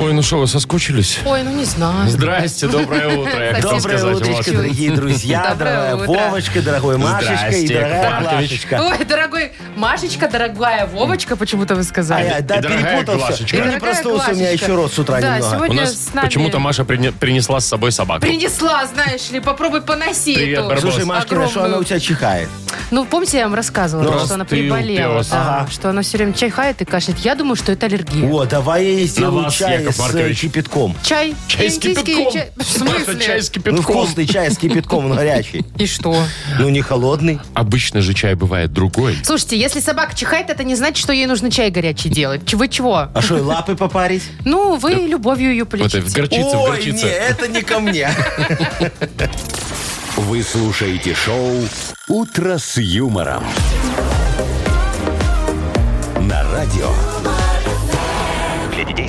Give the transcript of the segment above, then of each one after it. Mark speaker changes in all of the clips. Speaker 1: Ой, ну что, вы соскучились?
Speaker 2: Ой, ну не знаю.
Speaker 1: Здрасте, доброе утро, я хотел
Speaker 2: Хотел
Speaker 1: сказать.
Speaker 3: Доброе утречко,
Speaker 1: Вот.
Speaker 3: дорогие друзья,
Speaker 2: Доброе
Speaker 3: дорогая
Speaker 2: утро.
Speaker 3: Вовочка, дорогой Машечка и
Speaker 1: Здрасте,
Speaker 3: дорогая
Speaker 1: Яков Маркович.
Speaker 3: Глашечка.
Speaker 2: Ой, дорогой Машечка, дорогая Вовочка, почему-то вы
Speaker 3: А
Speaker 2: сказали.
Speaker 3: я, да,
Speaker 1: И дорогая
Speaker 3: перепутался.
Speaker 1: Глашечка.
Speaker 3: Или не
Speaker 2: Дорогая
Speaker 3: проснулся, у меня
Speaker 2: Глашечка.
Speaker 3: еще рот с утра
Speaker 2: Да,
Speaker 3: немного.
Speaker 2: сегодня
Speaker 1: У нас
Speaker 2: с нами
Speaker 1: почему-то Маша прине- принесла с собой собаку.
Speaker 2: принесла, знаешь ли, попробуй поноси
Speaker 1: Привет,
Speaker 2: эту.
Speaker 1: Барбос.
Speaker 3: Слушай, Машкина, что она у тебя чихает?
Speaker 2: Ну, помните, я вам рассказывала,
Speaker 1: Ну,
Speaker 2: что она
Speaker 1: простыл,
Speaker 2: приболела,
Speaker 1: пес.
Speaker 2: да,
Speaker 3: Ага.
Speaker 2: что она все время чайхает и кашляет. Я думаю, что это аллергия.
Speaker 3: О, давай я ей сделаю
Speaker 1: вас,
Speaker 3: чай
Speaker 1: Яков
Speaker 3: с э,
Speaker 1: Маркович.
Speaker 3: кипятком.
Speaker 2: Чай,
Speaker 1: Чай с
Speaker 2: индийский
Speaker 1: кипятком.
Speaker 2: чай- В
Speaker 1: Это чай
Speaker 2: смысле?
Speaker 1: с
Speaker 3: Ну,
Speaker 1: кипятком.
Speaker 3: вкусный чай с кипятком, он горячий.
Speaker 2: И что?
Speaker 3: Ну, не холодный.
Speaker 1: Обычно же чай бывает другой.
Speaker 2: Слушайте, если собака чихает, это не значит, что ей нужно чай горячий делать. Ч- Вы чего?
Speaker 3: А что, и лапы попарить?
Speaker 2: Ну, вы любовью ее
Speaker 1: Вот
Speaker 2: полечите.
Speaker 1: это в горчице, в
Speaker 3: Ой, не,
Speaker 1: горчице.
Speaker 3: это не ко мне.
Speaker 4: Вы слушаете шоу «Утро с юмором». На радио. Для детей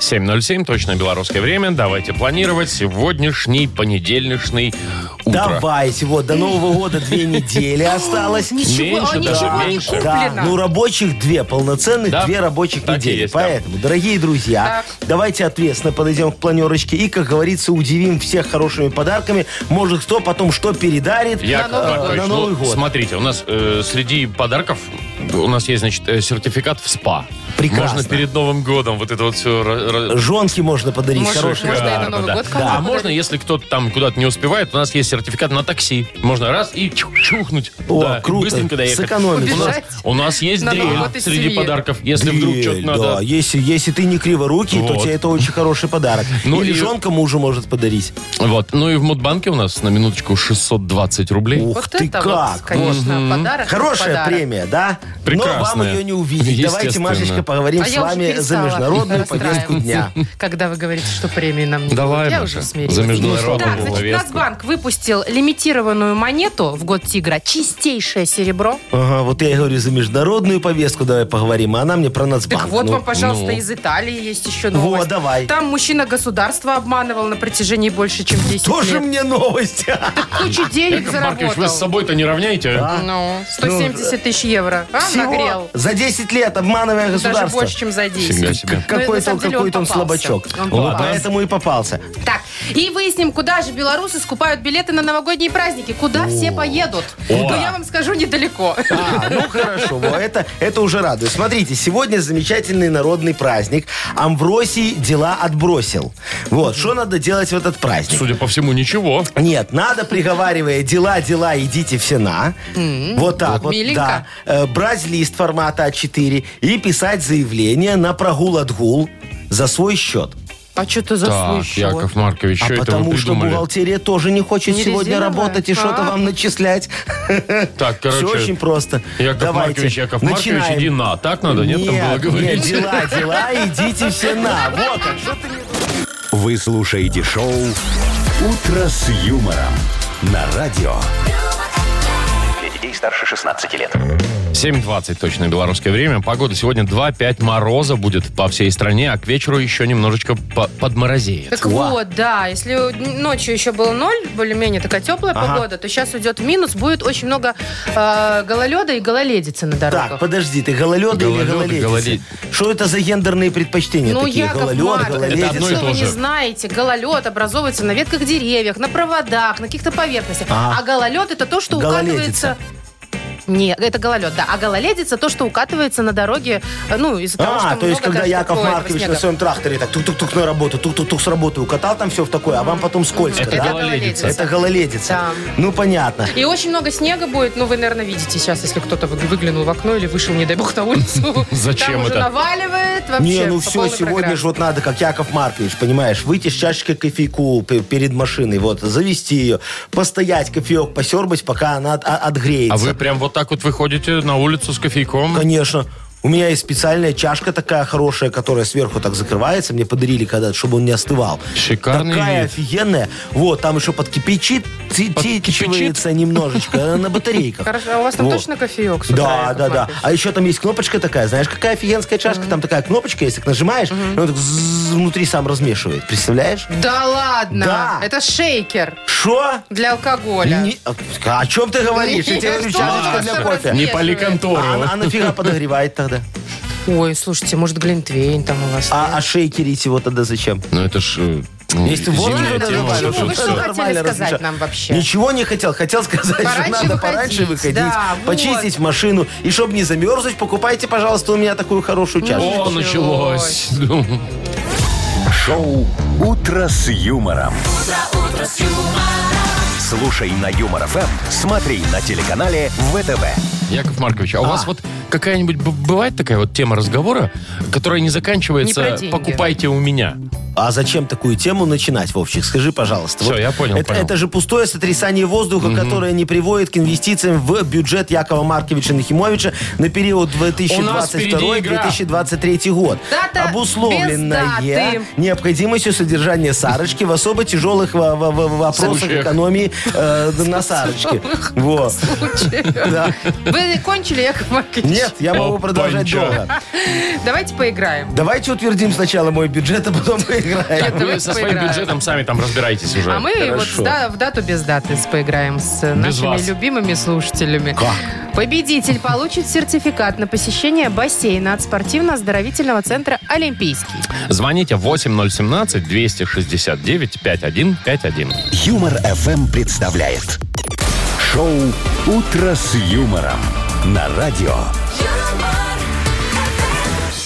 Speaker 1: 7.07, точное белорусское время. Давайте планировать сегодняшний понедельничный утро.
Speaker 3: Давайте, вот, до Нового года две недели осталось.
Speaker 2: Ничего,
Speaker 1: Меньше,
Speaker 2: а ничего
Speaker 1: да,
Speaker 2: не
Speaker 1: меньше.
Speaker 3: Да,
Speaker 2: куплено.
Speaker 3: ну рабочих две, полноценных
Speaker 1: Да,
Speaker 3: две рабочих
Speaker 1: так и
Speaker 3: недели.
Speaker 1: есть, да.
Speaker 3: Поэтому, дорогие друзья, давайте ответственно подойдем к планерочке и, как говорится, удивим всех хорошими подарками. Может, кто потом что передарит
Speaker 1: Яков
Speaker 2: На Новый
Speaker 1: Маркович,
Speaker 3: год.
Speaker 1: ну,
Speaker 3: На Новый год.
Speaker 1: смотрите, у нас э, среди подарков у нас есть, значит, э, сертификат в СПА.
Speaker 3: Прекрасно.
Speaker 1: Можно перед Новым годом вот это вот все...
Speaker 3: Жонки можно подарить
Speaker 2: Может,
Speaker 3: хорошие.
Speaker 2: можно и на Новый год кому-то
Speaker 1: А можно, если кто-то там куда-то не успевает, у нас есть сертификат на такси. Можно раз и чух- чухнуть.
Speaker 3: О,
Speaker 1: Да, и
Speaker 3: круто.
Speaker 1: Быстренько доехать.
Speaker 3: Сэкономить.
Speaker 1: У нас,
Speaker 2: Убежать
Speaker 1: у нас есть
Speaker 2: на Новый
Speaker 1: дрель
Speaker 2: год из
Speaker 1: среди
Speaker 2: семьи.
Speaker 1: подарков, если вдруг
Speaker 3: Дрель,
Speaker 1: что-то
Speaker 3: да.
Speaker 1: надо.
Speaker 3: Если, если ты не криворукий,
Speaker 1: Вот.
Speaker 3: то тебе это очень хороший подарок.
Speaker 1: Ну
Speaker 3: Или
Speaker 1: и-
Speaker 3: жонка мужу может подарить.
Speaker 1: Вот. Ну и в Мудбанке у нас на минуточку 620 рублей.
Speaker 3: Ух
Speaker 2: Вот
Speaker 3: ты
Speaker 2: это вот,
Speaker 3: как!
Speaker 2: конечно, подарок.
Speaker 3: Хорошая
Speaker 2: подарок.
Speaker 3: премия, да? Но вам
Speaker 1: Прекрасная.
Speaker 3: ее не увидеть. Давайте,
Speaker 1: Естественно.
Speaker 3: Машечка, поговорим
Speaker 2: А
Speaker 3: с
Speaker 2: я уже
Speaker 3: вами за
Speaker 2: перестала
Speaker 3: международную повестку
Speaker 2: расстраиваться,
Speaker 3: дня.
Speaker 2: Когда вы говорите, что премии нам не
Speaker 1: Давай,
Speaker 2: будет. Я
Speaker 1: Маша,
Speaker 2: уже смирилась.
Speaker 1: за международную
Speaker 2: Так, значит,
Speaker 1: повестку.
Speaker 2: Нацбанк выпустил лимитированную монету в год тигра. Чистейшее серебро.
Speaker 3: Ага, вот я и говорю, за международную повестку давай поговорим, а она мне про нацбанк.
Speaker 2: Так вот
Speaker 3: Ну,
Speaker 2: вам, пожалуйста,
Speaker 1: ну.
Speaker 2: из Италии есть еще
Speaker 3: Во,
Speaker 2: новость.
Speaker 3: давай.
Speaker 2: Там мужчина государство обманывал на протяжении больше, чем 10
Speaker 3: Тоже
Speaker 2: лет.
Speaker 3: мне новость.
Speaker 2: Кучу денег
Speaker 1: А, Яков Маркович, вы
Speaker 2: заработал.
Speaker 1: с собой-то не равняете? а?
Speaker 2: Ну, 170 тысяч евро. А,
Speaker 3: Всего
Speaker 2: нагрел.
Speaker 3: за 10 лет, обманывая
Speaker 2: Даже
Speaker 3: государство.
Speaker 2: больше, чем за 10.
Speaker 1: Фига себе.
Speaker 2: Ну, на
Speaker 3: Какой-то
Speaker 2: самом
Speaker 3: он,
Speaker 2: деле
Speaker 3: какой-то он
Speaker 2: попался.
Speaker 3: слабачок.
Speaker 2: Он
Speaker 3: Вот
Speaker 2: попался.
Speaker 3: поэтому и попался.
Speaker 2: Так, и выясним, куда же белорусы скупают билеты на новогодние праздники. Куда все поедут? Ну, я вам скажу, недалеко.
Speaker 3: А, ну хорошо, во, это, это уже радует. Смотрите, сегодня замечательный народный праздник. Амвросий дела отбросил. Вот, что надо делать в этот праздник?
Speaker 1: Судя по всему, ничего.
Speaker 3: Нет, надо, приговаривая дела, дела, идите все на. Вот так вот,
Speaker 2: Миленько.
Speaker 3: да. Э, Брать лист формата А4 и писать заявление на прогул отгул за свой счет.
Speaker 2: А что ты за
Speaker 1: Так, Яков ну, Маркович, что
Speaker 3: а
Speaker 1: это вы
Speaker 3: потому что
Speaker 1: придумали?
Speaker 3: бухгалтерия тоже не хочет
Speaker 2: Не
Speaker 3: сегодня
Speaker 2: резиновая?
Speaker 3: работать и что-то
Speaker 2: А.
Speaker 3: вам начислять.
Speaker 1: Так, короче,
Speaker 3: Все очень просто.
Speaker 1: Яков
Speaker 3: Давайте,
Speaker 1: Маркович, Яков Маркович,
Speaker 3: начинаем.
Speaker 1: иди на. Так надо? Нет, там было
Speaker 3: нет,
Speaker 1: говорить.
Speaker 3: дела, дела, идите все на. Вот, а что ты мне-
Speaker 4: Вы слушаете шоу «Утро с юмором» на радио. Для детей старше 16 лет.
Speaker 1: 7.20 точно белорусское время. Погода сегодня 2-5 мороза будет по всей стране, а к вечеру еще немножечко по- подморозеет.
Speaker 2: Так вот, да, если ночью еще был ноль, более-менее такая теплая погода, то сейчас уйдет в минус, будет очень много э, гололеда и гололедицы на
Speaker 3: Так,
Speaker 2: дорогах.
Speaker 3: подожди, ты гололед или
Speaker 1: Гололед,
Speaker 3: гололедица?
Speaker 1: гололед.
Speaker 3: Что это за гендерные предпочтения
Speaker 2: ну,
Speaker 3: такие?
Speaker 2: Яков
Speaker 3: Гололед,
Speaker 2: Маркович,
Speaker 1: Это
Speaker 3: гололедица.
Speaker 1: одно и
Speaker 2: если
Speaker 1: то
Speaker 2: вы не
Speaker 1: же.
Speaker 2: знаете, гололед образовывается на ветках деревьев, на проводах, на каких-то поверхностях.
Speaker 3: Ага.
Speaker 2: А гололед это то, что
Speaker 3: Гололедица.
Speaker 2: укатывается... Нет, это гололед, да. А гололедица то, что укатывается на дороге, э, ну, из-за того, что
Speaker 3: А, то есть,
Speaker 2: много
Speaker 3: когда
Speaker 2: даже
Speaker 3: Яков
Speaker 2: такого этого
Speaker 3: Маркович
Speaker 2: снега.
Speaker 3: на своем тракторе так тук-тук-тук на работу, тук-тук-тук с работы укатал там все в такое, а вам потом скользко,
Speaker 1: Это
Speaker 3: да?
Speaker 1: гололедица.
Speaker 3: Это гололедица.
Speaker 2: Да.
Speaker 3: Ну, понятно.
Speaker 2: И очень много снега будет. Ну, вы, наверное, видите сейчас, если кто-то вы- выглянул в окно или вышел, не дай бог, на улицу.
Speaker 1: Зачем
Speaker 2: Там уже
Speaker 1: это?
Speaker 2: наваливает вообще.
Speaker 3: Не, ну
Speaker 2: по
Speaker 3: все,
Speaker 2: полной
Speaker 3: сегодня
Speaker 2: программе.
Speaker 3: же вот надо, как Яков Маркович, понимаешь, выйти с чашечкой кофейку п- перед машиной, вот, завести ее, постоять, кофеек посербать, пока она от- а- отгреется.
Speaker 1: А вы прям вот так вот выходите на улицу с кофейком?
Speaker 3: Конечно. У меня есть специальная чашка такая хорошая, которая сверху так закрывается. Мне подарили когда-то, чтобы он не остывал.
Speaker 1: Шикарный
Speaker 3: Такая
Speaker 1: вид.
Speaker 3: офигенная. Вот, там еще подкипячит, подкипячивается немножечко э, на батарейках.
Speaker 2: Хорошо, а у вас там
Speaker 3: Вот.
Speaker 2: точно кофеек с утра,
Speaker 3: Да,
Speaker 2: Яков
Speaker 3: да, да.
Speaker 2: Маркович?
Speaker 3: А еще там есть кнопочка такая, знаешь, какая офигенская чашка, там такая кнопочка, если так нажимаешь, и он так ззз внутри сам размешивает, представляешь?
Speaker 2: Да ладно!
Speaker 3: Да.
Speaker 2: Это шейкер
Speaker 3: Шо?
Speaker 2: для алкоголя.
Speaker 3: Не- а, О чем ты говоришь? Я
Speaker 2: Нет,
Speaker 3: тебе говорю,
Speaker 2: что
Speaker 3: чашечка
Speaker 2: вы,
Speaker 3: для
Speaker 2: что
Speaker 3: кофе.
Speaker 1: Не
Speaker 2: Вешивает.
Speaker 1: пали контору.
Speaker 3: А, а нафига подогревает тогда?
Speaker 2: Ой, слушайте, может, глинтвейн там у вас.
Speaker 3: А, а шейкерить его тогда зачем?
Speaker 1: Ну это ж... э, ну,
Speaker 3: Если водку
Speaker 1: зимняя
Speaker 3: туда
Speaker 1: тема,
Speaker 3: добавишь,
Speaker 1: это
Speaker 2: Чего?
Speaker 1: ж
Speaker 2: Вы что
Speaker 3: всё
Speaker 1: всё.
Speaker 2: хотели
Speaker 3: нормально
Speaker 2: сказать
Speaker 3: разрешаю.
Speaker 2: нам вообще?
Speaker 3: ну, Ничего не хотел. Хотел сказать,
Speaker 2: Пораньше
Speaker 3: что надо пораньше
Speaker 2: выходить,
Speaker 3: выходить,
Speaker 2: да,
Speaker 3: почистить
Speaker 2: вот.
Speaker 3: машину. И чтобы не замерзнуть, покупайте, пожалуйста, у меня такую хорошую чашечку.
Speaker 1: О, началось. Ну,
Speaker 4: Шоу «Утро с юмором». Слушай на Юмор ФМ, смотри на телеканале ВТВ.
Speaker 1: Яков Маркович, а у вас вот какая-нибудь б- бывает такая вот тема разговора, которая не
Speaker 2: Не
Speaker 1: заканчивается
Speaker 2: про деньги.
Speaker 1: «покупайте у меня»?
Speaker 3: А зачем такую тему начинать, Вовчик? Скажи, пожалуйста.
Speaker 1: Всё, я понял,
Speaker 3: это,
Speaker 1: понял.
Speaker 3: это же пустое сотрясание воздуха, которое не приводит к инвестициям в бюджет Якова Марковича Нахимовича на период
Speaker 1: впереди игра.
Speaker 3: 2022-2023 год.
Speaker 2: Дата без
Speaker 3: Обусловленное
Speaker 2: даты.
Speaker 3: необходимостью содержания Сарочки в особо тяжелых во- во- во- вопросах
Speaker 1: Случаях.
Speaker 3: экономии э, на Сарочке. Вот. Да.
Speaker 2: Вы кончили, Яков Маркович?
Speaker 3: Нет, я могу продолжать
Speaker 1: Опанча.
Speaker 3: долго.
Speaker 2: Давайте поиграем.
Speaker 3: Давайте утвердим сначала мой бюджет, а потом поиграем.
Speaker 2: Нет,
Speaker 1: Вы
Speaker 2: давайте
Speaker 1: со своим
Speaker 2: поиграем.
Speaker 1: бюджетом сами там разбирайтесь уже.
Speaker 2: А мы вот
Speaker 3: хорошо.
Speaker 2: с да- в дату без даты с- поиграем с э,
Speaker 1: Без
Speaker 2: нашими
Speaker 1: вас.
Speaker 2: любимыми слушателями.
Speaker 3: Как?
Speaker 2: Победитель получит сертификат на посещение бассейна от спортивно-оздоровительного центра «Олимпийский».
Speaker 1: Звоните 8017-269-5151.
Speaker 4: Юмор ФМ представляет. Шоу «Утро с юмором» на радио.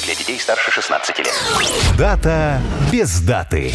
Speaker 4: Для детей старше 16 лет. Дата без даты.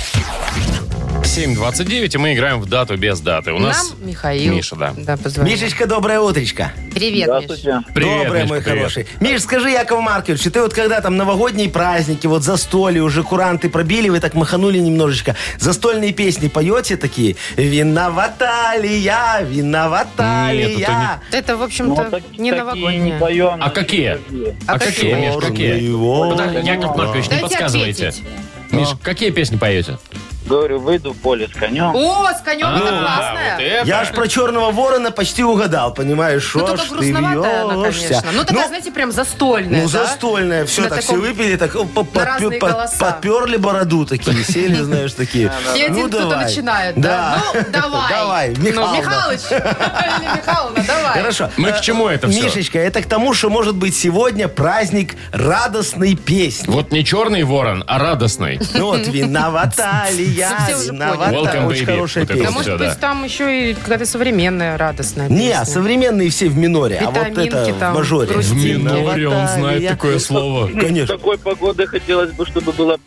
Speaker 1: 7.29, и мы играем в дату без даты. У нас...
Speaker 2: Нам Михаил.
Speaker 1: Миша, да.
Speaker 2: позвонил.
Speaker 3: Мишечка, доброе утречко.
Speaker 2: Привет, Миш.
Speaker 1: Привет,
Speaker 3: Доброе,
Speaker 1: Миш,
Speaker 3: мой
Speaker 1: привет.
Speaker 3: хороший. Миш, скажи, Яков Маркович, ты вот когда там новогодние праздники, вот застолье, уже куранты пробили, вы так маханули немножечко, застольные песни поете такие? Виновата ли я, виновата
Speaker 1: Нет,
Speaker 3: ли
Speaker 1: это
Speaker 3: я?
Speaker 2: Это, в общем-то, не новогоднее.
Speaker 1: А какие? А,
Speaker 2: А
Speaker 1: какие,
Speaker 2: какие?
Speaker 1: Миш, какие?
Speaker 3: Его.
Speaker 1: Подожди, Яков Маркович, не
Speaker 2: Дайте
Speaker 1: подсказывайте.
Speaker 2: ответить.
Speaker 1: Миш, какие песни поете?
Speaker 5: Говорю, выйду в поле с конем.
Speaker 2: О, с конем это
Speaker 1: А, вот
Speaker 2: классная.
Speaker 1: это.
Speaker 3: Я ж про черного ворона почти угадал, понимаешь?
Speaker 2: Ну,
Speaker 3: Шо
Speaker 2: только
Speaker 3: ж ты
Speaker 2: грустноватая она,
Speaker 3: вьешься?
Speaker 2: конечно. Ну, такая, знаете, прям застольная,
Speaker 3: Ну,
Speaker 2: Э, да?
Speaker 3: застольная, все
Speaker 2: На
Speaker 3: так,
Speaker 2: таком-
Speaker 3: все выпили, так о, по- подпё-
Speaker 2: разные
Speaker 3: по-
Speaker 2: голоса.
Speaker 3: подперли бороду такие, сели, знаешь, такие.
Speaker 2: И один
Speaker 3: Ну,
Speaker 2: кто-то
Speaker 3: давай.
Speaker 2: начинает, да? Ну, давай.
Speaker 3: Давай,
Speaker 2: Ну,
Speaker 3: Михална.
Speaker 2: Михалыч. Или Михална, давай.
Speaker 3: Хорошо.
Speaker 1: Мы к
Speaker 3: Э,
Speaker 1: чему это всё?
Speaker 3: Мишечка, это к тому, что может быть сегодня праздник радостной песни.
Speaker 1: Вот не черный ворон, а радостный.
Speaker 3: Ну вот, виновата ли я,
Speaker 2: Все уже
Speaker 3: виновата.
Speaker 1: поняли. Welcome, baby.
Speaker 3: Очень хорошая
Speaker 1: Вот это
Speaker 2: Да,
Speaker 3: песня.
Speaker 1: вот.
Speaker 2: может
Speaker 1: всё,
Speaker 2: быть,
Speaker 1: да.
Speaker 2: там еще и какая-то современная радостная
Speaker 3: Не,
Speaker 2: песня.
Speaker 3: современные все в миноре, а вот
Speaker 2: Витаминки
Speaker 3: это в
Speaker 2: там,
Speaker 3: мажоре.
Speaker 2: грустинки. В
Speaker 1: миноре он
Speaker 3: Виновата ли
Speaker 1: знает
Speaker 3: я?
Speaker 1: такое слово.
Speaker 3: Конечно.
Speaker 5: Такой погоды хотелось бы, чтобы было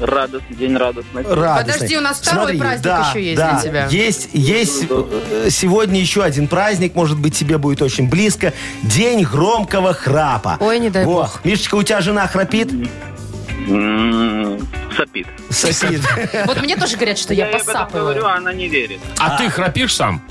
Speaker 5: радостный день радостный.
Speaker 3: Радостный.
Speaker 2: Подожди, у нас второй
Speaker 3: Смотри,
Speaker 2: праздник
Speaker 3: да,
Speaker 2: еще есть
Speaker 3: да.
Speaker 2: для тебя.
Speaker 3: Есть, есть э, сегодня еще один праздник, может быть, тебе будет очень близко. День громкого храпа.
Speaker 2: Ой, не дай
Speaker 3: Во.
Speaker 2: бог.
Speaker 3: Мишечка, у тебя жена храпит?
Speaker 5: М, М-м, Сопит.
Speaker 3: Сосед.
Speaker 2: Вот мне тоже говорят, что я
Speaker 5: ей об этом говорю,
Speaker 2: посапываю.
Speaker 5: а она не верит.
Speaker 1: А ты храпишь сам?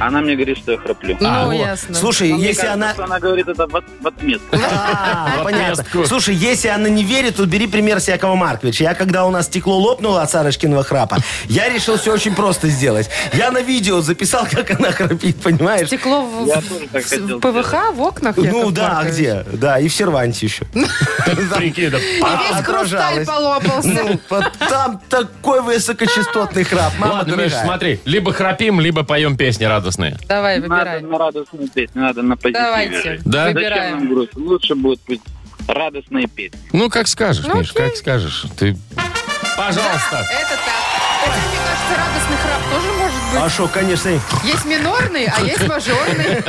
Speaker 5: Она мне говорит, что я храплю.
Speaker 2: Ну,
Speaker 3: Во.
Speaker 2: ясно.
Speaker 3: А, Слушай,
Speaker 5: Но мне
Speaker 3: если
Speaker 5: кажется,
Speaker 3: она...
Speaker 5: что она говорит это в, от- в отместку.
Speaker 3: А,
Speaker 1: В
Speaker 3: понятно.
Speaker 1: отместку.
Speaker 3: Слушай, если она не верит, то бери пример с Якова Марковича. Я, когда у нас стекло лопнуло от Сарочкиного храпа, я решил все очень просто сделать. Я на видео записал, как она храпит, понимаешь?
Speaker 2: Стекло в,
Speaker 5: Я тоже так
Speaker 2: в-
Speaker 5: хотел
Speaker 2: в ПВХ, в окнах?
Speaker 3: Ну
Speaker 2: Яков
Speaker 3: да, а
Speaker 2: Маркович? Ну,
Speaker 3: где? Да, и в серванте еще. А,
Speaker 1: Прикинь, да.
Speaker 2: И весь хрусталь
Speaker 3: Отражалось.
Speaker 2: полопался.
Speaker 3: Ну, по- там такой высокочастотный храп. Мама
Speaker 1: Ладно, Миш,
Speaker 3: дорогая.
Speaker 1: смотри, либо храпим, либо поем песни радостные.
Speaker 2: Давай,
Speaker 5: Надо
Speaker 2: выбирай.
Speaker 5: на радостную песню, надо на позитиве
Speaker 2: Давайте,
Speaker 5: жить.
Speaker 1: Да?
Speaker 5: Зачем
Speaker 2: выбираем.
Speaker 5: нам грусть? Лучше будет пусть радостные песни.
Speaker 1: Ну, как скажешь,
Speaker 2: Ну,
Speaker 1: Миш,
Speaker 2: окей.
Speaker 1: как скажешь. Ты... Пожалуйста.
Speaker 2: Это так. Хотя, мне кажется, радостный храп тоже может быть.
Speaker 3: А что, конечно, и-
Speaker 2: Есть минорный, а есть мажорный.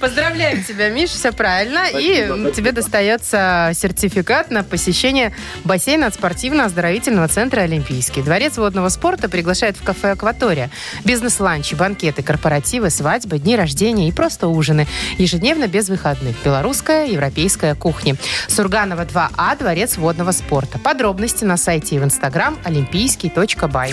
Speaker 2: Поздравляем тебя, Миш, все правильно. И
Speaker 5: Спасибо, спасибо.
Speaker 2: тебе достается сертификат на посещение бассейна от спортивно-оздоровительного центра «Олимпийский». Дворец водного спорта приглашает в кафе «Акватория». Бизнес-ланчи, банкеты, корпоративы, свадьбы, дни рождения и просто ужины. Ежедневно без выходных. Белорусская, европейская кухни. Сурганова 2А, Дворец водного спорта. Подробности на сайте и в инстаграм олимпийский.бай.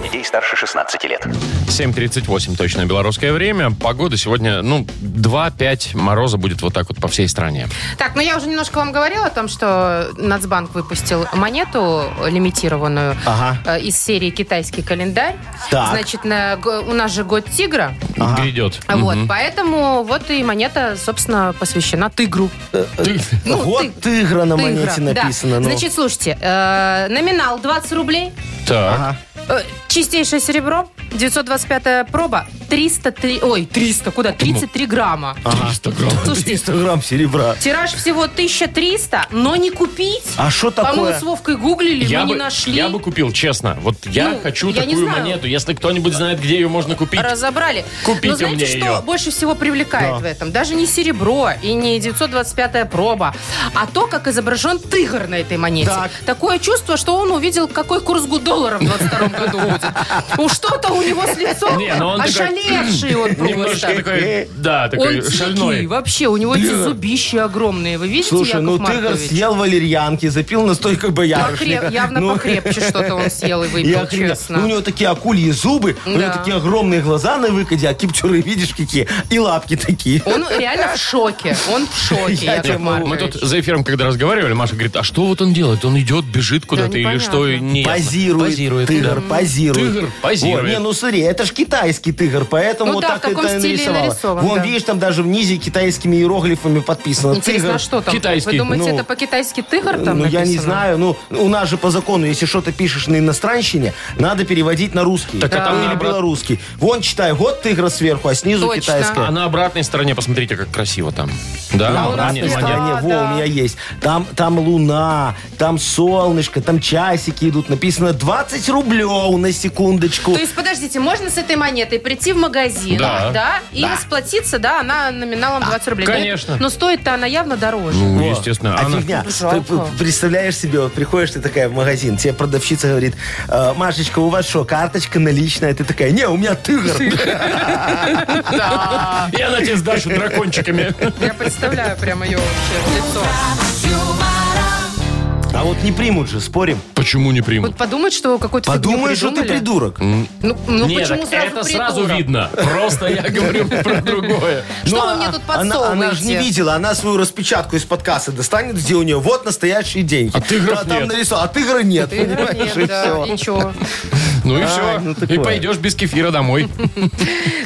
Speaker 4: детей старше 16 лет.
Speaker 1: 7.38 точное белорусское время. Погода сегодня, ну, 2-5 мороза будет вот так вот по всей стране.
Speaker 2: Так, ну я уже немножко вам говорила о том, что Нацбанк выпустил монету лимитированную
Speaker 3: Ага.
Speaker 2: э, из серии «Китайский календарь».
Speaker 3: Так.
Speaker 2: Значит, на г- у нас же год тигра.
Speaker 1: Грядет.
Speaker 2: А Вот, поэтому вот и монета, собственно, посвящена тигру.
Speaker 1: Ты-
Speaker 2: Ну,
Speaker 3: вот
Speaker 2: ты-
Speaker 3: тигра на
Speaker 2: Тигра,
Speaker 3: монете
Speaker 2: да.
Speaker 3: написано. ну.
Speaker 2: Значит, слушайте, э, номинал 20 рублей,
Speaker 1: Так.
Speaker 3: Ага.
Speaker 2: э, чистейшее серебро, 925 проба, 303, ой, 300, куда, 33 грамма.
Speaker 1: 300 грамм.
Speaker 3: А,
Speaker 2: Слушайте,
Speaker 3: 300 грамм серебра.
Speaker 2: тираж всего 1300, но не купить.
Speaker 3: А что
Speaker 2: По-моему,
Speaker 3: такое?
Speaker 2: с Вовкой гуглили,
Speaker 1: Я
Speaker 2: мы не
Speaker 1: бы,
Speaker 2: нашли.
Speaker 1: я бы купил, честно. Вот я
Speaker 2: Ну,
Speaker 1: хочу
Speaker 2: я не
Speaker 1: такую
Speaker 2: знаю.
Speaker 1: монету. Если кто-нибудь знает, где ее можно купить.
Speaker 2: разобрали.
Speaker 1: Купите
Speaker 2: Но знаете,
Speaker 1: мне
Speaker 2: что
Speaker 1: ее.
Speaker 2: больше всего привлекает в этом? Даже не серебро и не 925-я проба, а то, как изображен тигр на этой монете.
Speaker 3: Так.
Speaker 2: Такое чувство, что он увидел, какой курс гу- доллара в 22 году будет. Уж что-то у него с лицом
Speaker 1: Не, ну он такой,
Speaker 2: ошалевший он
Speaker 1: Немножко
Speaker 2: просто.
Speaker 1: такой, ну, да, такой
Speaker 2: Он
Speaker 1: шальной.
Speaker 2: дикий, вообще, у него эти зубищи огромные. Вы видите,
Speaker 3: Слушай,
Speaker 2: Яков
Speaker 3: ну тигр
Speaker 2: Маркович?
Speaker 3: съел валерьянки, запил настойкой боярышника.
Speaker 2: Покреп- явно
Speaker 3: Ну,
Speaker 2: покрепче что-то он съел и выпил,
Speaker 3: Я охренел.
Speaker 2: честно.
Speaker 3: Ну, у него такие акульи зубы, у
Speaker 2: Да.
Speaker 3: него такие огромные глаза на выкоде, а кипчуры, видишь, какие, и лапки такие.
Speaker 2: Он реально в шоке. Он в шоке,
Speaker 3: Я типа, ну,
Speaker 2: Яков
Speaker 3: тебе могу-
Speaker 1: А, Мы
Speaker 2: Маркович.
Speaker 1: тут за эфиром, когда разговаривали, Маша говорит, а что вот он делает? Он идет, бежит куда-то или
Speaker 2: непонятно.
Speaker 1: что? Не
Speaker 3: Позирует, тигр, позирует.
Speaker 1: Тигр позирует.
Speaker 3: Вот, не, ну смотри, это ж китайский тигр, поэтому
Speaker 2: Ну
Speaker 3: вот
Speaker 2: да, в
Speaker 3: так
Speaker 2: каком
Speaker 3: это и
Speaker 2: стиле
Speaker 3: нарисовало.
Speaker 2: нарисован,
Speaker 3: Вон,
Speaker 2: да.
Speaker 3: видишь, там даже внизе китайскими иероглифами подписано.
Speaker 2: Интересно,
Speaker 3: тигр.
Speaker 2: а что там?
Speaker 1: Китайский,
Speaker 2: Вы думаете,
Speaker 3: ну,
Speaker 2: это по-китайски тигр там
Speaker 3: ну, я не
Speaker 2: написано?
Speaker 3: знаю. Ну, у нас же по закону, если что-то пишешь на иностранщине, надо переводить на русский.
Speaker 1: Так, а там
Speaker 3: Ну, или
Speaker 1: наоборот.
Speaker 3: белорусский. Вон, читай, год тигра сверху, а снизу
Speaker 2: Точно.
Speaker 3: китайское.
Speaker 1: А на обратной стороне посмотрите, как красиво там. Да,
Speaker 3: На
Speaker 2: А
Speaker 1: мон-
Speaker 3: обратной
Speaker 1: мон-
Speaker 2: монет.
Speaker 3: стороне,
Speaker 2: Да,
Speaker 3: во,
Speaker 2: ну, да.
Speaker 3: у меня есть. Там, там луна, там солнышко, там часики идут. Написано 20 рублев на секундочку.
Speaker 2: То есть, подождите, можно с этой монетой прийти в магазин,
Speaker 1: Да.
Speaker 2: да, и расплатиться, да, она
Speaker 3: А,
Speaker 2: номиналом 20 рублей.
Speaker 1: конечно.
Speaker 2: Но стоит-то она явно дороже.
Speaker 1: Ну,
Speaker 3: Во.
Speaker 1: естественно.
Speaker 3: А
Speaker 1: она-
Speaker 3: фигня.
Speaker 2: Жалко.
Speaker 3: Ты п- представляешь себе, вот приходишь ты такая в магазин, тебе продавщица говорит, «Э, Машечка, у вас что, карточка наличная? Ты такая, не, у меня тигр.
Speaker 1: И она тебе сдачу дракончиками.
Speaker 2: Я представляю прямо ее вообще лицо.
Speaker 3: А вот не примут же, спорим.
Speaker 1: Почему не
Speaker 2: Вот
Speaker 1: примут?
Speaker 2: подумать, что какой-то фигню
Speaker 3: Подумаешь, что ты
Speaker 2: придумали.
Speaker 3: придурок.
Speaker 2: Ну, ну
Speaker 1: Не,
Speaker 2: почему
Speaker 1: так
Speaker 2: сразу
Speaker 1: это сразу
Speaker 2: придурок?
Speaker 1: видно. Просто я говорю про другое.
Speaker 2: Что
Speaker 3: Ну,
Speaker 2: вы
Speaker 3: а-
Speaker 2: мне тут
Speaker 3: она,
Speaker 2: подсовываете?
Speaker 3: она же не видела, она свою распечатку из-под кассы достанет, где у нее вот настоящие деньги.
Speaker 1: А тигров
Speaker 3: Та- там
Speaker 1: нет.
Speaker 3: нарисовано, а тигра нет,
Speaker 2: Ты говоришь,
Speaker 3: понимаешь, и
Speaker 2: нет, да,
Speaker 3: всё.
Speaker 2: и чё?
Speaker 1: Ну и
Speaker 3: Ай,
Speaker 1: все.
Speaker 3: ну
Speaker 1: И
Speaker 3: такое.
Speaker 1: пойдешь без кефира домой.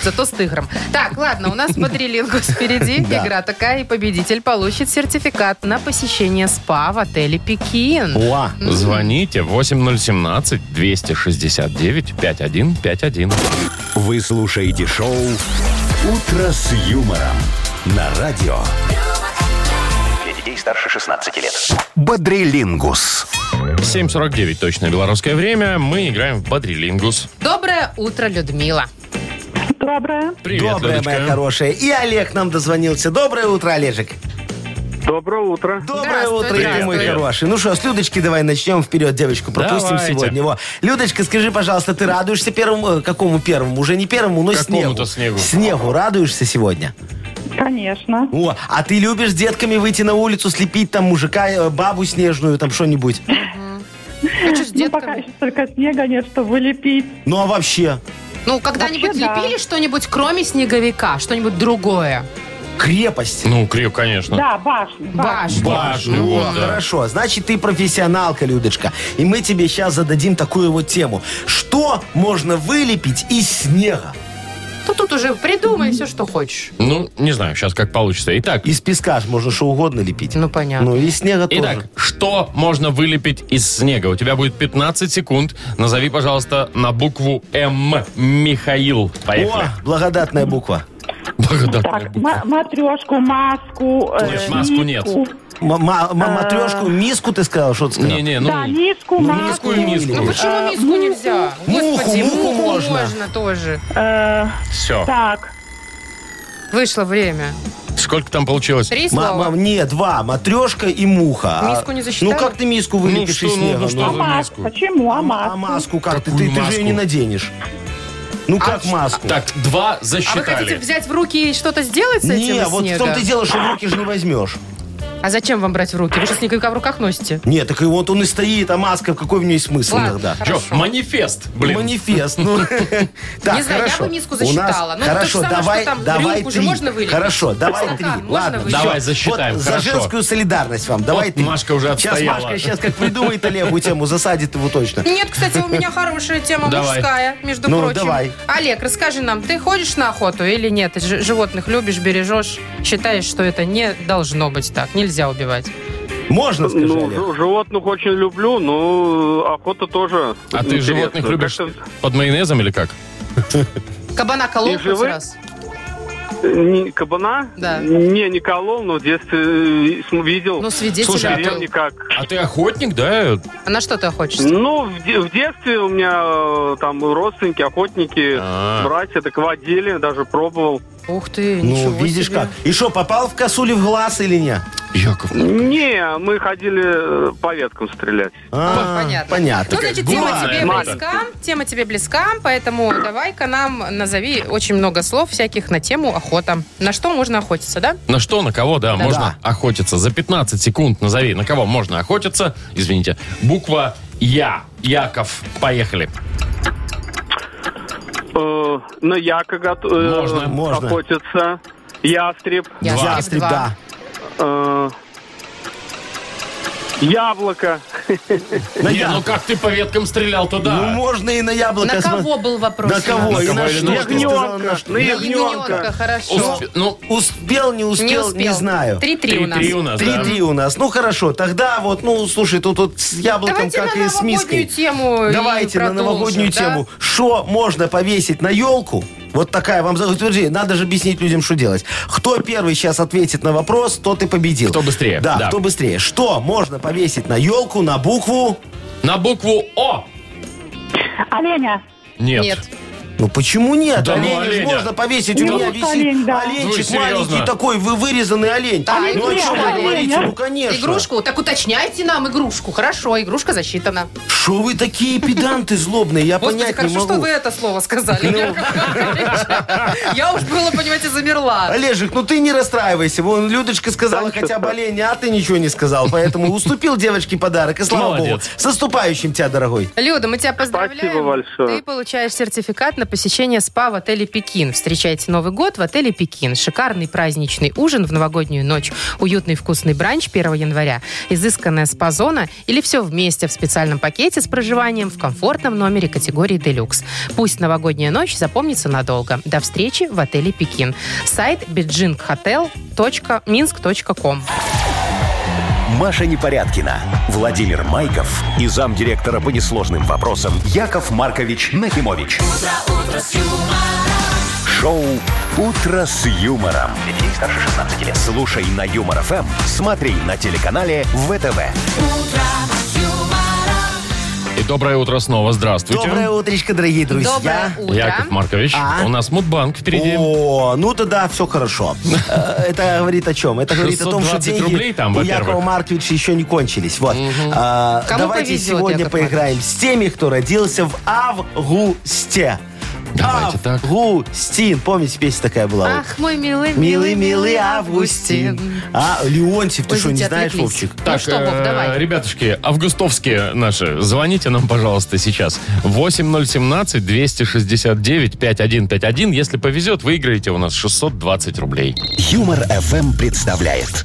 Speaker 2: Зато с тигром. Так, ладно, у нас квадрилингус впереди. Игра такая, и победитель получит сертификат на посещение СПА в отеле «Пекин».
Speaker 3: Уа.
Speaker 1: Звоните 8017-269-5151.
Speaker 4: Вы слушаете шоу «Утро с юмором» на радио. Для детей старше 16 лет. Бодрилингус.
Speaker 1: 7.49 точное белорусское время. Мы играем в Бодрилингус.
Speaker 2: Доброе утро, Людмила.
Speaker 6: Доброе.
Speaker 1: Привет,
Speaker 3: Доброе,
Speaker 1: Людочка.
Speaker 3: моя хорошая. И Олег нам дозвонился. Доброе утро, Олежек.
Speaker 5: Доброе утро.
Speaker 3: Доброе
Speaker 2: Здравствуй,
Speaker 3: утро, и ты
Speaker 2: привет,
Speaker 3: мой
Speaker 1: привет.
Speaker 3: хороший. Ну что, с Людочки давай начнем. Вперед, девочку пропустим
Speaker 1: Давайте.
Speaker 3: сегодня. Во. Людочка, скажи, пожалуйста, ты радуешься первому... э, Какому первому? Уже не первому, но
Speaker 1: Какому-то
Speaker 3: снегу.
Speaker 1: снегу.
Speaker 3: Снегу радуешься сегодня?
Speaker 6: Конечно.
Speaker 3: О, а ты любишь с детками выйти на улицу, слепить там мужика, э, бабу снежную, там что-нибудь?
Speaker 2: Хочешь с
Speaker 6: Ну, пока
Speaker 2: детками?
Speaker 6: еще только снега нет, чтобы лепить.
Speaker 3: Ну а вообще?
Speaker 2: Ну, когда-нибудь
Speaker 6: Вообще, да.
Speaker 2: лепили что-нибудь, кроме снеговика? Что-нибудь другое?
Speaker 3: Крепость.
Speaker 1: Ну, Крив, конечно.
Speaker 6: Да, башню.
Speaker 2: Башню.
Speaker 1: Башню,
Speaker 3: Ну,
Speaker 1: вот, да.
Speaker 3: Хорошо, значит, ты профессионалка, Людочка. И мы тебе сейчас зададим такую вот тему. Что можно вылепить из снега?
Speaker 2: Ну, тут уже придумай все, что хочешь.
Speaker 1: Ну, не знаю, сейчас как получится. Итак,
Speaker 3: Из песка ж можно что угодно лепить.
Speaker 2: Ну, понятно.
Speaker 3: Ну, и из снега
Speaker 1: Итак,
Speaker 3: тоже.
Speaker 1: что можно вылепить из снега? У тебя будет 15 секунд. Назови, пожалуйста, на букву М. Михаил. Поехали.
Speaker 3: О, благодатная буква.
Speaker 1: Благодатная
Speaker 6: Так,
Speaker 1: буква.
Speaker 6: ма- матрешку, маску, э,
Speaker 1: Нет, маску нет.
Speaker 6: миску.
Speaker 2: А.
Speaker 3: Матрешку, миску ты сказал, что ты сказал?
Speaker 1: Не-не, ну...
Speaker 6: Да, миску,
Speaker 3: Ну,
Speaker 6: маску.
Speaker 1: миску и миску.
Speaker 2: Ну, почему
Speaker 6: Э,
Speaker 2: миску
Speaker 6: муху.
Speaker 2: нельзя?
Speaker 3: Муху,
Speaker 2: Господи,
Speaker 3: муху можно.
Speaker 2: можно тоже.
Speaker 6: Э,
Speaker 1: Все.
Speaker 6: так,
Speaker 2: Вышло время.
Speaker 1: Сколько там получилось?
Speaker 2: Три
Speaker 3: Ма-
Speaker 2: слова.
Speaker 3: ма- не, два. Матрешка и муха. А-
Speaker 2: Миску не засчитали?
Speaker 3: Ну, как ты миску
Speaker 1: Ну,
Speaker 3: вылепишь
Speaker 1: что, ну,
Speaker 3: из снега?
Speaker 1: ну, что
Speaker 6: а
Speaker 1: за
Speaker 6: маску?
Speaker 1: миску?
Speaker 6: Почему? А
Speaker 3: А
Speaker 6: маску?
Speaker 3: маску как ты?
Speaker 1: Какую
Speaker 3: Ты, ты же ее не
Speaker 1: маску?
Speaker 3: наденешь. Ну, как маску?
Speaker 1: Так, два
Speaker 2: А вы
Speaker 1: засчитали.
Speaker 2: хотите взять в руки и что-то сделать с этим
Speaker 3: не,
Speaker 2: из
Speaker 3: вот в
Speaker 2: снега?
Speaker 3: том ты дело, что в руки же не возьмешь.
Speaker 2: А зачем вам брать в руки? Вы же снеговика в руках носите.
Speaker 3: Нет, так и вот он и стоит, а маска, какой в ней смысл
Speaker 2: Ладно,
Speaker 3: тогда?
Speaker 2: хорошо.
Speaker 1: Че, манифест, блин.
Speaker 3: Манифест. Ну,
Speaker 2: Не знаю, я бы миску засчитала. Ну,
Speaker 3: Хорошо,
Speaker 2: то же самое,
Speaker 3: давай,
Speaker 2: что там
Speaker 3: давай
Speaker 2: рюмку же
Speaker 3: три.
Speaker 2: можно вылить.
Speaker 3: Хорошо, давай
Speaker 2: Стакан
Speaker 3: три.
Speaker 2: можно
Speaker 3: Ладно,
Speaker 2: вылить.
Speaker 1: Давай,
Speaker 3: всё.
Speaker 1: засчитаем,
Speaker 3: Вот За
Speaker 1: хорошо.
Speaker 3: женскую солидарность вам. Давай
Speaker 1: Вот
Speaker 3: три.
Speaker 1: Машка уже отстояла.
Speaker 3: Сейчас Машка сейчас как придумает Олегу тему, засадит его точно.
Speaker 2: Нет, кстати, у меня хорошая тема
Speaker 1: Давай.
Speaker 2: мужская, между
Speaker 3: Ну,
Speaker 2: прочим.
Speaker 3: давай.
Speaker 2: Олег, расскажи нам, ты ходишь на охоту или нет? Ты ж- Животных любишь, бережешь, считаешь, что это не должно быть так, нельзя убивать.
Speaker 3: Можно, скажи,
Speaker 5: ну,
Speaker 3: Олег?
Speaker 5: жи- животных очень люблю, но охота тоже.
Speaker 1: А ты
Speaker 5: интересна.
Speaker 1: животных любишь
Speaker 5: Как-то,
Speaker 1: под майонезом или как?
Speaker 2: Кабана колол
Speaker 5: И
Speaker 2: хоть
Speaker 5: живы?
Speaker 2: раз?
Speaker 5: э, не- кабана?
Speaker 2: Да.
Speaker 5: Не, не колол, но в детстве э, см- видел.
Speaker 2: Ну, свидетель
Speaker 1: Слушай, а
Speaker 5: в
Speaker 2: был.
Speaker 5: деревне как.
Speaker 1: А ты охотник, да?
Speaker 2: А на что ты охотишься?
Speaker 5: Ну, в, де- в детстве у меня э, там родственники, охотники,
Speaker 1: А.
Speaker 5: братья так водили, даже пробовал.
Speaker 2: Ух ты,
Speaker 3: Ну,
Speaker 2: ничего
Speaker 3: видишь
Speaker 2: себе.
Speaker 3: как. И что, попал в косули в глаз или нет?
Speaker 1: Яков.
Speaker 5: Не, мы ходили э, по веткам стрелять.
Speaker 3: А,
Speaker 2: Понятно.
Speaker 3: Понятно.
Speaker 2: Ну, значит,
Speaker 1: Бывает.
Speaker 2: тема тебе
Speaker 5: Бывает.
Speaker 2: близка, тема тебе близка, поэтому давай-ка нам назови очень много слов всяких на тему охота. На что можно охотиться, да?
Speaker 1: На что, на кого, да, можно охотиться. За 15 секунд назови, на кого можно охотиться. Извините. Буква Я. Яков. Поехали.
Speaker 5: Э, на яка гот- э,
Speaker 1: Можно.
Speaker 3: Можно.
Speaker 5: охотится, ястреб,
Speaker 2: Ястреб
Speaker 3: Ястреб,
Speaker 2: два.
Speaker 3: да.
Speaker 5: э, яблоко.
Speaker 3: На
Speaker 1: Не,
Speaker 3: яблоко.
Speaker 1: ну как ты по веткам стрелял
Speaker 3: Ну,
Speaker 1: туда?
Speaker 3: можно и на яблоко.
Speaker 2: На
Speaker 3: смотри.
Speaker 2: кого был вопрос?
Speaker 3: На кого?
Speaker 1: На
Speaker 3: И
Speaker 1: кого
Speaker 3: на
Speaker 1: или
Speaker 3: что?
Speaker 1: на
Speaker 3: Я
Speaker 1: что?
Speaker 3: бы сказала, на
Speaker 5: Ягненка.
Speaker 3: что.
Speaker 5: На
Speaker 2: Ягненка,
Speaker 5: ягненка.
Speaker 2: хорошо.
Speaker 1: Успе- Ну,
Speaker 3: Успел, не
Speaker 2: Не
Speaker 3: успел, не
Speaker 2: успел.
Speaker 3: знаю.
Speaker 2: Три-три у нас.
Speaker 1: три у нас, да.
Speaker 3: Три-три у нас. Ну, хорошо. Тогда вот, ну, слушай, тут вот с яблоком,
Speaker 2: Давайте
Speaker 3: как
Speaker 2: на
Speaker 3: и с
Speaker 2: новогоднюю
Speaker 3: миской.
Speaker 2: тему. и
Speaker 3: Давайте на
Speaker 2: продолжим,
Speaker 3: новогоднюю
Speaker 2: да?
Speaker 3: тему. Что можно повесить на елку? Вот такая вам утверждение. Надо же объяснить людям, что делать. Кто первый сейчас ответит на вопрос, тот и победил.
Speaker 1: Кто быстрее,
Speaker 3: Да,
Speaker 1: да.
Speaker 3: кто быстрее. Что можно повесить на елку на букву?
Speaker 1: на букву О.
Speaker 6: Оленя.
Speaker 1: Нет.
Speaker 2: Нет.
Speaker 3: Ну почему нет?
Speaker 1: Да ну,
Speaker 3: оленя же
Speaker 1: оленя.
Speaker 3: можно повесить.
Speaker 6: Ну,
Speaker 3: У меня
Speaker 6: вот
Speaker 3: висит
Speaker 6: олень, да.
Speaker 3: оленчик
Speaker 1: Ну, серьезно.
Speaker 3: маленький такой, вы вырезанный олень.
Speaker 2: Да,
Speaker 3: ну о
Speaker 2: игрушка,
Speaker 3: чем вы
Speaker 6: оленя.
Speaker 3: говорите? Ну конечно.
Speaker 2: Игрушку? Так уточняйте нам игрушку. Хорошо, игрушка засчитана.
Speaker 3: Что вы такие педанты злобные? Я
Speaker 2: Господи,
Speaker 3: понять не
Speaker 2: хорошо, что
Speaker 3: могу. Ну.
Speaker 2: вы это слово сказали. Яков Маркович. Я уж было, понимаете, замерла.
Speaker 3: Олежек, ну ты не расстраивайся. Вон Людочка сказала хотя бы оленя, а ты ничего не сказал. Поэтому уступил девочке подарок. И слава богу.
Speaker 1: Молодец.
Speaker 3: С наступающим тебя, дорогой.
Speaker 2: Люда, мы тебя поздравляем.
Speaker 5: Спасибо большое.
Speaker 2: Ты получаешь сертификат на посещение спа в отеле «Пекин». Встречайте Новый год в отеле «Пекин». Шикарный праздничный ужин в новогоднюю ночь, уютный вкусный бранч 1 января, изысканная спа-зона или все вместе в специальном пакете с проживанием в комфортном номере категории «Делюкс». Пусть новогодняя ночь запомнится надолго. До встречи в отеле «Пекин». Сайт beijinghotel.minsk.com
Speaker 4: Маша Непорядкина, Владимир Майков и замдиректора по несложным вопросам Яков Маркович Нахимович. Шоу Утро с юмором. Для детей старше 16 лет. Слушай на юмор ФМ, смотри на телеканале ВТВ.
Speaker 1: И доброе утро снова. Здравствуйте.
Speaker 3: Доброе утречко, дорогие друзья.
Speaker 2: Доброе утро.
Speaker 1: Яков Маркович,
Speaker 3: А?
Speaker 1: у нас Мудбанк впереди.
Speaker 3: О, ну тогда все хорошо. Э, Это говорит о чем? Это говорит о том, что
Speaker 1: 620
Speaker 3: деньги
Speaker 1: рублей там,
Speaker 3: у
Speaker 1: во-первых.
Speaker 3: Якова Марковича еще не кончились. Вот. А,
Speaker 2: Кому
Speaker 3: Давайте
Speaker 2: повезет,
Speaker 3: сегодня
Speaker 2: Яков
Speaker 3: поиграем с теми, кто родился в августе.
Speaker 1: Давайте так.
Speaker 3: Августин. Помните, песня такая была? Вот.
Speaker 2: Ах, мой милый,
Speaker 3: Милый, милый Августин. А, Леонтьев, ты
Speaker 2: Ой,
Speaker 3: что, не
Speaker 2: дети,
Speaker 3: знаешь,
Speaker 2: отвлеклись.
Speaker 3: Вовчик?
Speaker 2: Ну что, Вов,
Speaker 1: э,
Speaker 2: давай.
Speaker 1: ребятушки, августовские наши, звоните нам, пожалуйста, сейчас. 8017-269-5151. Если повезет, выиграете у нас 620 рублей.
Speaker 4: Юмор ФМ представляет.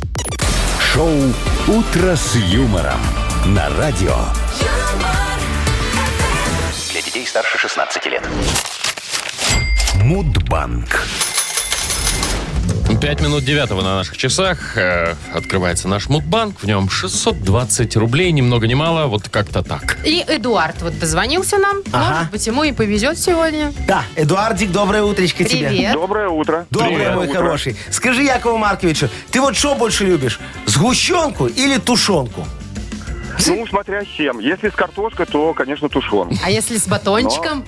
Speaker 4: Шоу Утро с юмором на радио. Для детей старше 16 лет. Мудбанк.
Speaker 1: Пять минут девятого на наших часах. Э, открывается наш Мудбанк. В нем 620 рублей, ни много ни мало. Вот как-то так.
Speaker 2: И Эдуард вот дозвонился нам.
Speaker 3: Ага.
Speaker 2: Может быть, ему и повезет сегодня.
Speaker 3: Да, Эдуардик, доброе утречко тебе.
Speaker 2: Привет.
Speaker 5: Доброе утро.
Speaker 3: Доброе,
Speaker 1: Привет.
Speaker 3: мой
Speaker 5: Утро.
Speaker 3: хороший. Скажи Якову Марковичу, ты вот что больше любишь? Сгущенку или тушенку?
Speaker 7: Ну, смотря с чем. Если с картошкой, то, конечно, тушен.
Speaker 2: А если с батончиком?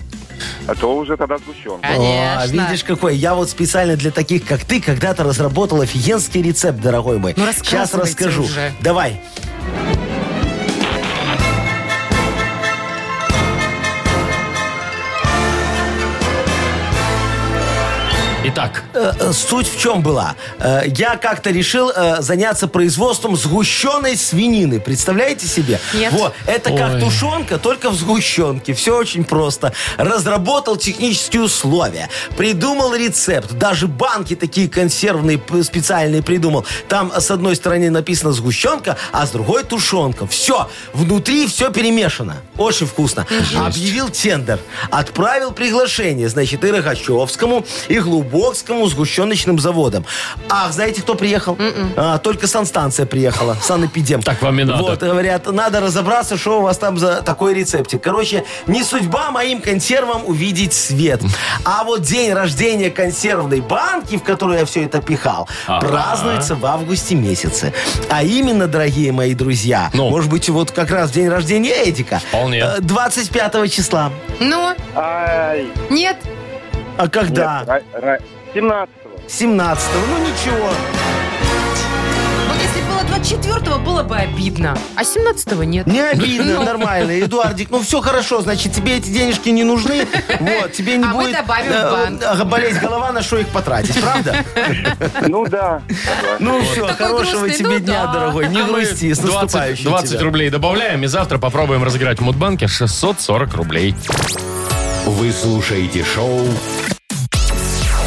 Speaker 7: А то уже тогда сгущен.
Speaker 2: Конечно.
Speaker 3: О, А, видишь какой? Я вот специально для таких, как ты, когда-то разработал офигенский рецепт, дорогой мой.
Speaker 2: Ну,
Speaker 3: Сейчас
Speaker 2: рассказывайте
Speaker 3: расскажу.
Speaker 2: уже.
Speaker 3: Давай.
Speaker 1: так.
Speaker 3: Э, э, Суть в чем была? Э, Я как-то решил э, заняться производством сгущенной свинины. Представляете себе?
Speaker 2: Нет.
Speaker 3: Вот. Это
Speaker 1: Ой.
Speaker 3: как тушенка, только в сгущенке. Все очень просто. Разработал технические условия, придумал рецепт. Даже банки такие консервные п- специальные придумал. Там э, с одной стороны написано сгущенка, а с другой тушенка. Все. Внутри все перемешано. Очень вкусно. Объявил тендер. Отправил приглашение, значит, и Рогачевскому, и Глубокскому сгущеночным заводам. А знаете, кто приехал? А, только санстанция приехала. Санэпидем.
Speaker 1: М-м. Так вам и надо.
Speaker 3: Вот, говорят, надо разобраться, что у вас там за такой рецептик. Короче, не судьба моим консервам увидеть свет. А вот день рождения консервной банки, в которую я все это пихал,
Speaker 1: Ага.
Speaker 3: празднуется в августе месяце. А именно, дорогие мои друзья,
Speaker 1: Ну.
Speaker 3: может быть, вот как раз день рождения Эдика.
Speaker 1: Вполне.
Speaker 3: э, 25 числа.
Speaker 2: Ну,
Speaker 7: Ай,
Speaker 2: нет.
Speaker 3: А когда?
Speaker 7: нет, ра- ра- 17-го.
Speaker 3: 17 Ну ничего.
Speaker 2: Вот если было 24-го, было бы обидно. А 17-го нет.
Speaker 3: Не
Speaker 2: Ну.
Speaker 3: обидно, нормально. Эдуардик, ну все хорошо, значит, тебе эти денежки не нужны. Вот, тебе не
Speaker 2: А мы
Speaker 3: будет
Speaker 2: добавим в банк.
Speaker 3: э, болеть голова, на что их потратить, правда?
Speaker 7: Ну да. согласен.
Speaker 3: Ну все,
Speaker 2: Такой
Speaker 3: хорошего
Speaker 2: грустный,
Speaker 3: тебе
Speaker 2: ну
Speaker 3: дня,
Speaker 2: да.
Speaker 3: дорогой. Не
Speaker 1: А мы
Speaker 3: грусти, с
Speaker 1: 20,
Speaker 3: наступающим
Speaker 1: 20
Speaker 3: тебя.
Speaker 1: рублей добавляем, и завтра попробуем разыграть в Мудбанке 640 рублей.
Speaker 4: Вы слушаете шоу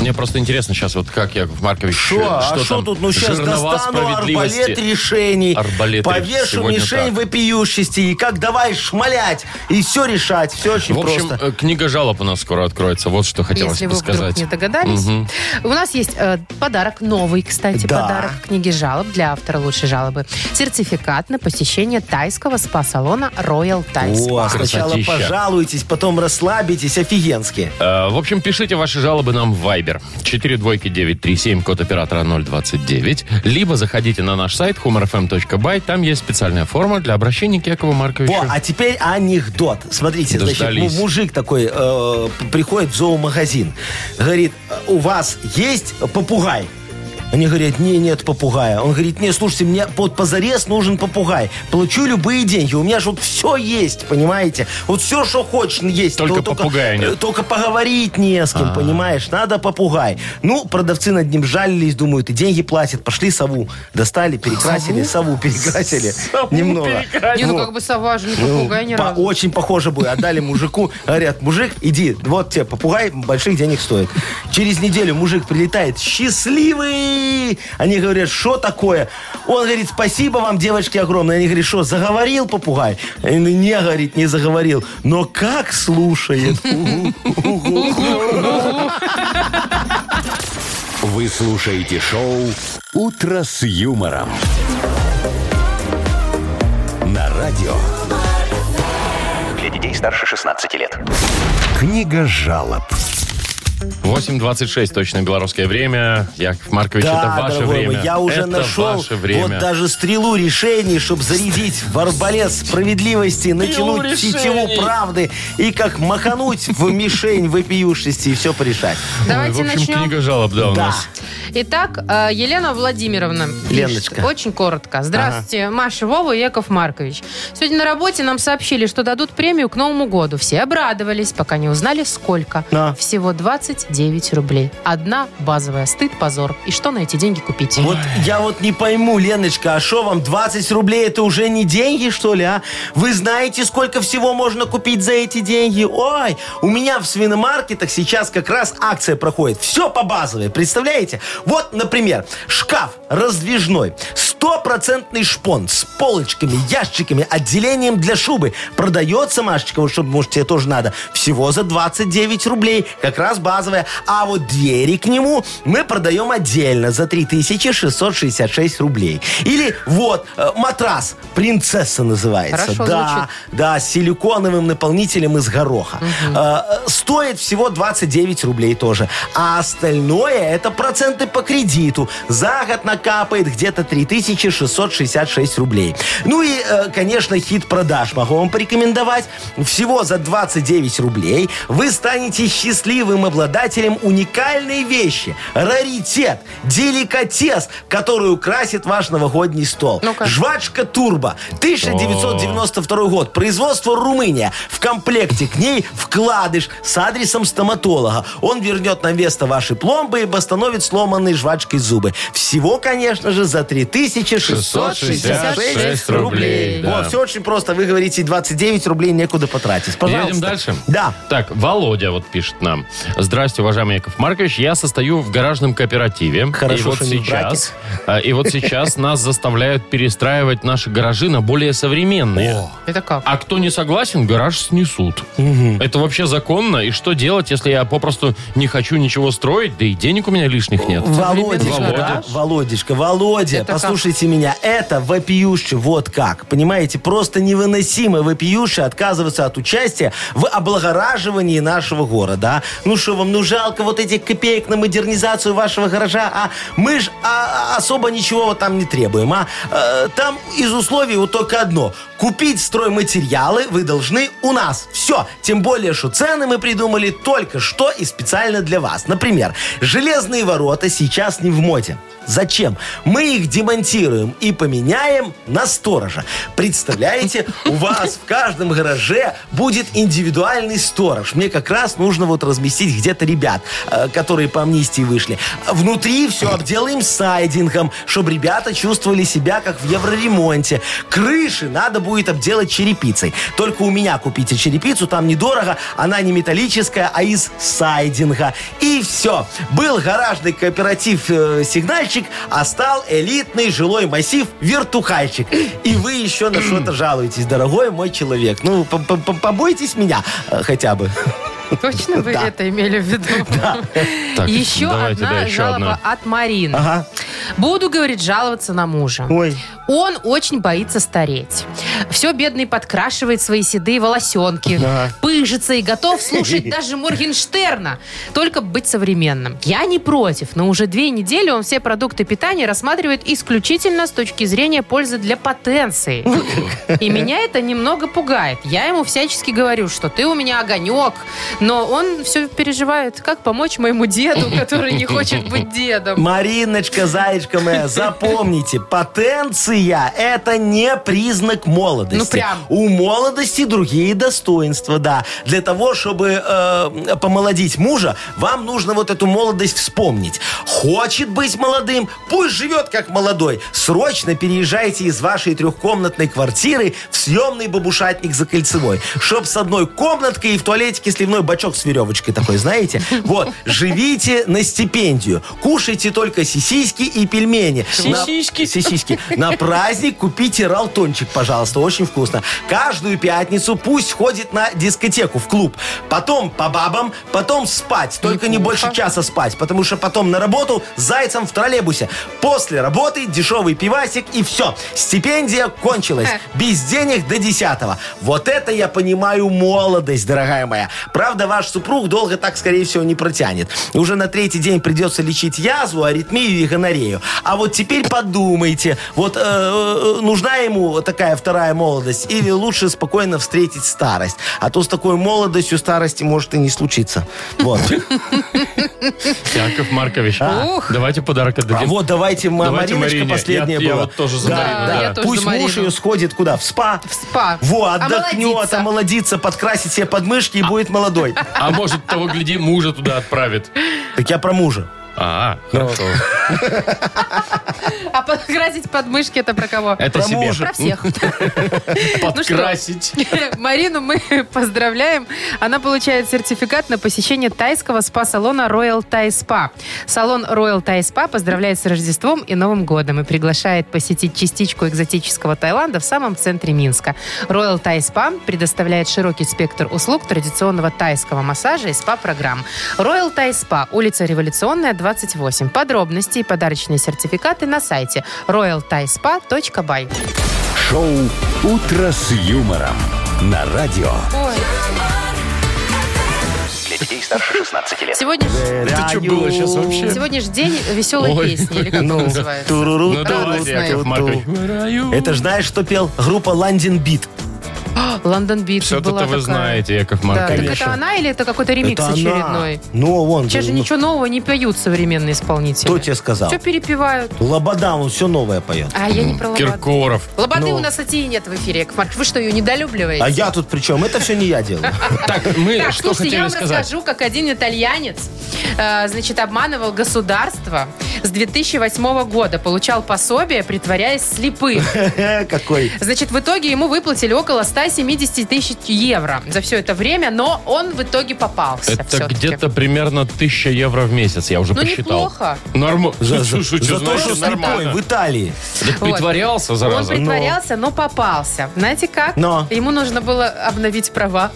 Speaker 1: Мне просто интересно сейчас, вот как Яков Маркович...
Speaker 3: Шо,
Speaker 1: э,
Speaker 3: а что
Speaker 1: там?
Speaker 3: тут? Ну сейчас
Speaker 1: Жернова
Speaker 3: достану
Speaker 1: справедливости.
Speaker 3: арбалет решений.
Speaker 1: Арбалет
Speaker 3: повешу
Speaker 1: сегодня
Speaker 3: мишень
Speaker 1: так.
Speaker 3: вопиющести. И как давай шмалять. И все решать. Все очень
Speaker 1: В общем,
Speaker 3: просто.
Speaker 1: э, книга жалоб у нас скоро откроется. Вот что хотелось
Speaker 2: Если
Speaker 1: бы
Speaker 2: вы
Speaker 1: сказать.
Speaker 2: вдруг не догадались.
Speaker 1: Мгм.
Speaker 2: У нас есть э, подарок, новый, кстати,
Speaker 3: Да.
Speaker 2: подарок в книге жалоб для автора лучшей жалобы. Сертификат на посещение тайского спа-салона Royal Thai
Speaker 3: О,
Speaker 2: Spa.
Speaker 3: сначала
Speaker 1: э, красотища.
Speaker 3: пожалуйте, потом расслабитесь, офигенски.
Speaker 1: Э, В общем, пишите ваши жалобы нам в Viber. 42937, код оператора 029. Либо заходите на наш сайт humorfm.by. Там есть специальная форма для обращения к Якову Марковичу.
Speaker 3: Во, а теперь анекдот. Смотрите, значит,
Speaker 1: Дождались.
Speaker 3: му- мужик такой э, п- приходит в зоомагазин. Говорит, «Э, у вас есть попугай? Они говорят, не, нет попугая. Он говорит, не, слушайте, мне под позарез нужен попугай. Плачу любые деньги. У меня же вот все есть, понимаете? Вот все, что хочешь, есть.
Speaker 1: Только попугая нет. А.
Speaker 3: э, Только поговорить не с кем, понимаешь? Надо попугай. Ну, продавцы над ним жалились, думают, и деньги платят. Пошли сову. Достали, перекрасили, сову, перекрасили. Немного.
Speaker 2: Не, ну
Speaker 3: Вот.
Speaker 2: как бы сова же не
Speaker 3: Ну,
Speaker 2: попугай ни
Speaker 3: по-
Speaker 2: разу.
Speaker 3: Очень похоже было. Отдали мужику. Говорят, мужик, иди, вот тебе попугай, больших денег стоит. Через неделю мужик прилетает. Счастливый! Они говорят, что такое? Он говорит, спасибо вам, девочки, огромное. Они говорят, что, заговорил попугай? Они, говорят, не, говорит, не заговорил. Но как слушает.
Speaker 4: Вы слушаете шоу «Утро с юмором» на радио.
Speaker 8: Для детей старше 16 лет.
Speaker 4: Книга жалоб.
Speaker 1: 8.26, точно белорусское время. Яков Маркович, это ваше
Speaker 3: дорогой мой,
Speaker 1: время.
Speaker 3: я уже
Speaker 1: это
Speaker 3: нашел
Speaker 1: ваше время.
Speaker 3: вот даже стрелу решений, чтобы зарядить в арбалет справедливости, натянуть
Speaker 1: решений.
Speaker 3: сетеву правды и как махануть в мишень вопиюшести и все порешать.
Speaker 1: Ой,
Speaker 2: Давайте
Speaker 1: Ну в общем,
Speaker 2: начнем.
Speaker 1: книга жалоб, да, у
Speaker 3: Да.
Speaker 1: нас.
Speaker 2: Итак, э, Елена Владимировна. пишет.
Speaker 3: Леночка.
Speaker 2: Очень коротко. Здравствуйте, Маша, Вова и Яков Маркович. Сегодня на работе нам сообщили, что дадут премию к Новому году. Все обрадовались, пока не узнали, сколько.
Speaker 3: Да.
Speaker 2: Всего 29 рублей. Одна базовая. Стыд, позор. И что на эти деньги купить?
Speaker 3: Вот я вот не пойму, Леночка, а что вам, 20 рублей это уже не деньги, что ли, а? Вы знаете, сколько всего можно купить за эти деньги? Ой, у меня в свиномаркетах сейчас как раз акция проходит. Все по базовой, представляете? Вот, например, шкаф раздвижной, стопроцентный шпон с полочками, ящиками, отделением для шубы. Продается, Машечка, вот чтобы, может, тебе тоже надо, всего за 29 рублей, как раз базовая. А вот двери к нему мы продаем отдельно за 3666 рублей. Или вот э, матрас, принцесса называется.
Speaker 2: Хорошо
Speaker 3: да,
Speaker 2: звучит.
Speaker 3: да, с силиконовым наполнителем из гороха. Э, э, стоит всего 29 рублей тоже. А остальное это процент проценты по кредиту. За год накапает где-то 3666 рублей. Ну и, э, конечно, хит продаж могу вам порекомендовать. Всего за 29 рублей вы станете счастливым обладателем уникальной вещи. Раритет, деликатес, который украсит ваш новогодний стол.
Speaker 2: Ну-ка.
Speaker 3: Жвачка Турбо. 1992 год. Производство Румыния. В комплекте к ней вкладыш с адресом стоматолога. Он вернет на место ваши пломбы и восстановит сломанные жвачкой зубы. Всего, конечно же, за 3666
Speaker 1: 666 рублей,
Speaker 3: рублей.
Speaker 1: да.
Speaker 3: Вот, все очень просто. Вы говорите, 29 рублей некуда потратить. Пожалуйста.
Speaker 1: Едем дальше?
Speaker 3: Да.
Speaker 1: Так, Володя вот пишет нам. Здрасте, уважаемый Яков Маркович. Я состою в гаражном кооперативе.
Speaker 3: Хорошо,
Speaker 1: и вот
Speaker 3: что не в
Speaker 1: сейчас, а, И вот сейчас нас заставляют перестраивать наши гаражи на более современные.
Speaker 2: Это как?
Speaker 1: А кто не согласен, гараж снесут. Это вообще законно? И что делать, если я попросту не хочу ничего строить, да и денег у меня лишних нет?
Speaker 3: Володечка,
Speaker 1: Володя.
Speaker 3: да? Володечка, Володя,
Speaker 2: Это
Speaker 3: послушайте меня, это вопиюще, вот как, понимаете, просто невыносимо вопиюще отказываться от участия в облагораживании нашего города, а. Ну что вам, ну жалко вот этих копеек на модернизацию вашего гаража, а мы ж а, а, особо ничего вот там не требуем, а. Э, Там из условий вот только одно, купить стройматериалы вы должны у нас, все, тем более, что цены мы придумали только что и специально для вас. Например, железные ворота сейчас не в моде. Зачем? Мы их демонтируем и поменяем на сторожа. Представляете, у вас в каждом гараже будет индивидуальный сторож. Мне как раз нужно вот разместить где-то ребят, э, которые по амнистии вышли. Внутри все обделаем сайдингом, чтобы ребята чувствовали себя как в евроремонте. Крыши надо будет обделать черепицей. Только у меня купите черепицу, там недорого, она не металлическая, а из сайдинга. И все. Был гаражный кооператив э, «Сигнальчик», а стал элитный жилой массив «Вертухальчик». И вы еще на что-то жалуетесь, дорогой мой человек. Ну, по- по- по- побойтесь меня э, хотя бы.
Speaker 2: Точно вы
Speaker 3: А, Да.
Speaker 2: это имели в виду?
Speaker 1: Так,
Speaker 2: Еще
Speaker 1: давайте, да,
Speaker 2: одна
Speaker 1: еще
Speaker 2: жалоба от Марины.
Speaker 3: Ага.
Speaker 2: Буду, говорит, жаловаться на мужа.
Speaker 3: Ой.
Speaker 2: Он очень боится стареть. Все бедный подкрашивает свои седые волосенки,
Speaker 3: Ага.
Speaker 2: пыжится и готов слушать даже Моргенштерна. Только бы быть современным. Я не против, но уже две недели он все продукты питания рассматривает исключительно с точки зрения пользы для потенции. И меня это немного пугает. Я ему всячески говорю, что ты у меня огонек. Но он все переживает, как помочь моему деду, который не хочет быть дедом.
Speaker 3: Мариночка, зайчка моя, запомните, потенция – это не признак молодости.
Speaker 2: Ну, прям.
Speaker 3: У молодости другие достоинства, да. Для того, чтобы э, помолодить мужа, вам нужно вот эту молодость вспомнить. Хочет быть молодым, пусть живет как молодой. Срочно переезжайте из вашей трехкомнатной квартиры в съемный бабушатник за кольцевой. Чтоб с одной комнаткой и в туалетике сливной бачок с веревочкой такой, знаете? Вот, живите на стипендию. Кушайте только сисиськи и пельмени.
Speaker 1: Сисиськи?
Speaker 3: На- Сисиськи. На праздник купите ралтончик, пожалуйста, очень вкусно. Каждую пятницу пусть ходит на дискотеку, в клуб. Потом по бабам, потом спать. Только не больше часа спать, потому что потом на работу с зайцем в троллейбусе. После работы дешевый пивасик и все. Стипендия кончилась. Без денег до десятого. Вот это я понимаю молодость, дорогая моя. Правда, ваш супруг долго так, скорее всего, не протянет. Уже на третий день придется лечить язву, аритмию и гонорею. А вот теперь подумайте, вот э, э, нужна ему такая вторая молодость или лучше спокойно встретить старость? А то с такой молодостью старости может и не случиться. Вот.
Speaker 1: Яков Маркович,
Speaker 2: Ух.
Speaker 1: давайте подарок
Speaker 3: А
Speaker 1: отдадим.
Speaker 3: вот давайте, ма-
Speaker 1: Давайте
Speaker 3: Мариночка
Speaker 1: Марине.
Speaker 3: последняя
Speaker 1: Я- я
Speaker 3: была.
Speaker 1: вот тоже за
Speaker 3: Да,
Speaker 1: Марину,
Speaker 3: да.
Speaker 2: да. Я тоже
Speaker 3: Пусть
Speaker 2: за
Speaker 3: муж
Speaker 2: Марину.
Speaker 3: ее сходит куда? В спа.
Speaker 2: В спа. А
Speaker 3: Во, а отдохнет,
Speaker 2: Омолодиться.
Speaker 3: омолодится, подкрасит себе подмышки и будет молодой.
Speaker 1: А может, того гляди, мужа туда отправит.
Speaker 3: Так я про мужа.
Speaker 1: А,
Speaker 3: Ну,
Speaker 1: хорошо.
Speaker 2: А подкрасить подмышки это про кого?
Speaker 1: Это
Speaker 3: Про
Speaker 1: себе.
Speaker 3: мужа.
Speaker 2: Про всех.
Speaker 1: Подкрасить.
Speaker 2: Марину мы поздравляем. Она получает сертификат на посещение тайского спа-салона Royal Thai Spa. Салон Royal Thai Spa поздравляет с Рождеством и Новым годом и приглашает посетить частичку экзотического Таиланда в самом центре Минска. Royal Thai Spa предоставляет широкий спектр услуг традиционного тайского массажа и спа-программ. Royal Thai Spa, улица Революционная, 28. Подробности и подарочные сертификаты на сайте royalthaispa.by.
Speaker 4: Шоу «Утро с юмором» на радио.
Speaker 2: Ой.
Speaker 8: Для Для детей старше 16 лет.
Speaker 2: Сегодня, ж-
Speaker 1: Это что было сейчас вообще?
Speaker 2: сегодня же день веселой
Speaker 1: Ой.
Speaker 2: песни, или как это
Speaker 3: Ну,
Speaker 2: называется?
Speaker 3: туруру,
Speaker 1: Ну давайте,
Speaker 2: Радостная.
Speaker 1: Яков Маркович. Раю.
Speaker 3: Это ж знаешь, что пел группа Ландин Бит?
Speaker 2: Лондон Бит
Speaker 1: Что-то
Speaker 2: была
Speaker 1: вы
Speaker 2: такая.
Speaker 1: знаете, Яков
Speaker 2: Да, так
Speaker 1: Маркович.
Speaker 2: это она или это какой-то ремикс
Speaker 3: Это она.
Speaker 2: очередной?
Speaker 3: Ну, вон.
Speaker 2: Сейчас же
Speaker 3: ну,
Speaker 2: ничего нового не поют современные исполнители.
Speaker 3: Кто тебе сказал?
Speaker 2: Все перепевают.
Speaker 3: Лобода, он все новое поет.
Speaker 2: А я не про лободу.
Speaker 1: Киркоров.
Speaker 2: Лободы
Speaker 3: Ну.
Speaker 2: у нас идти нет в эфире, Яков Маркович. Вы что, ее недолюбливаете?
Speaker 3: А я тут при чем? Это все не я делаю.
Speaker 1: Ну, Так, мы
Speaker 2: Так,
Speaker 1: что
Speaker 2: слушайте, я
Speaker 1: хотели
Speaker 2: вам
Speaker 1: сказать?
Speaker 2: расскажу, как один итальянец, э, значит, обманывал государство с 2008 года, получал пособие, притворяясь слепым.
Speaker 3: Какой.
Speaker 2: Значит, в итоге ему выплатили около 170 тысяч евро за все это время, но он в итоге попался.
Speaker 1: Это
Speaker 2: всё-таки.
Speaker 1: где-то примерно 1000 евро в месяц, я уже
Speaker 2: Ну,
Speaker 1: посчитал.
Speaker 2: неплохо.
Speaker 1: Нормально.
Speaker 3: За, за- за то, что слепой
Speaker 1: нормально.
Speaker 3: в Италии.
Speaker 1: Так
Speaker 2: Вот.
Speaker 1: притворялся,
Speaker 2: Он
Speaker 1: зараза. Ну.
Speaker 2: притворялся, но попался. Знаете как?
Speaker 3: Но.
Speaker 2: Ему нужно было обновить права.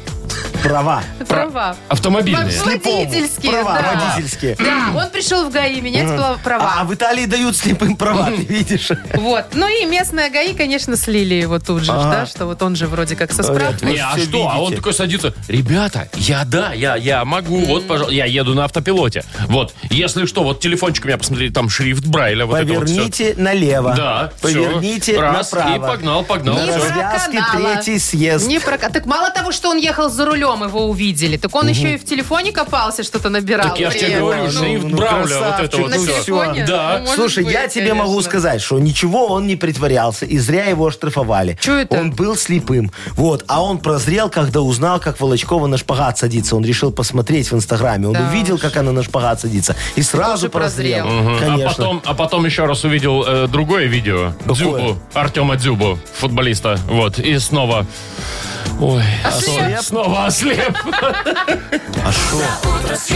Speaker 3: Права.
Speaker 2: Права.
Speaker 1: А Автомобильные.
Speaker 2: Вообще.
Speaker 3: Слепому.
Speaker 2: Водительские,
Speaker 3: Права
Speaker 2: да.
Speaker 3: водительские.
Speaker 2: Да, он пришел в ГАИ менять пла- права.
Speaker 3: А, а в Италии дают слепым права, ты видишь?
Speaker 2: Вот. Ну и местная ГАИ, конечно, слили его тут же, ж,
Speaker 3: Ага.
Speaker 2: да, что вот он же вроде как со справкой.
Speaker 1: Не, а что?
Speaker 3: Всё
Speaker 1: А он
Speaker 3: видите.
Speaker 1: такой садится. Ребята, я да, я, я могу. Вот, пожалуйста, я еду на автопилоте. Вот, если что, вот телефончик у меня, посмотрите, там шрифт Брайля. Вот это вот всё.
Speaker 3: Поверните налево.
Speaker 1: Да, всё.
Speaker 3: Поверните
Speaker 1: Раз,
Speaker 3: направо.
Speaker 1: и погнал, погнал.
Speaker 3: На
Speaker 2: Не
Speaker 1: Всё.
Speaker 3: развязке
Speaker 2: проканала.
Speaker 3: третий съезд.
Speaker 2: Не про... Так мало того, что он ехал за рулем, его увидели, так он еще и в телефоне копался, что-то набирал.
Speaker 1: Так я ж тебе
Speaker 2: при этом.
Speaker 1: говорю,
Speaker 2: Ну,
Speaker 1: шрифт Брауля, вот это
Speaker 3: красавчик,
Speaker 1: вот
Speaker 2: На
Speaker 3: ну
Speaker 1: всё.
Speaker 2: телефоне?
Speaker 1: Да.
Speaker 2: Ну, может
Speaker 3: Слушай, я
Speaker 2: быть,
Speaker 3: тебе
Speaker 2: конечно.
Speaker 3: могу сказать, что ничего он не притворялся, и зря его оштрафовали.
Speaker 2: Чё это?
Speaker 3: Он был слепым. Вот, а он прозрел, когда узнал, как Волочкова на шпагат садится. Он решил посмотреть в Инстаграме. Он
Speaker 2: Да
Speaker 3: увидел, как она на шпагат садится. И
Speaker 2: тоже
Speaker 3: сразу
Speaker 2: прозрел.
Speaker 3: прозрел.
Speaker 1: А
Speaker 3: Конечно.
Speaker 1: потом, а потом еще раз увидел э, другое видео
Speaker 3: Какое?
Speaker 1: Дзюбу, Артема Дзюбу, футболиста. Вот, и снова... Ой,
Speaker 2: Ослеп.
Speaker 1: снова ослеп.
Speaker 3: А что?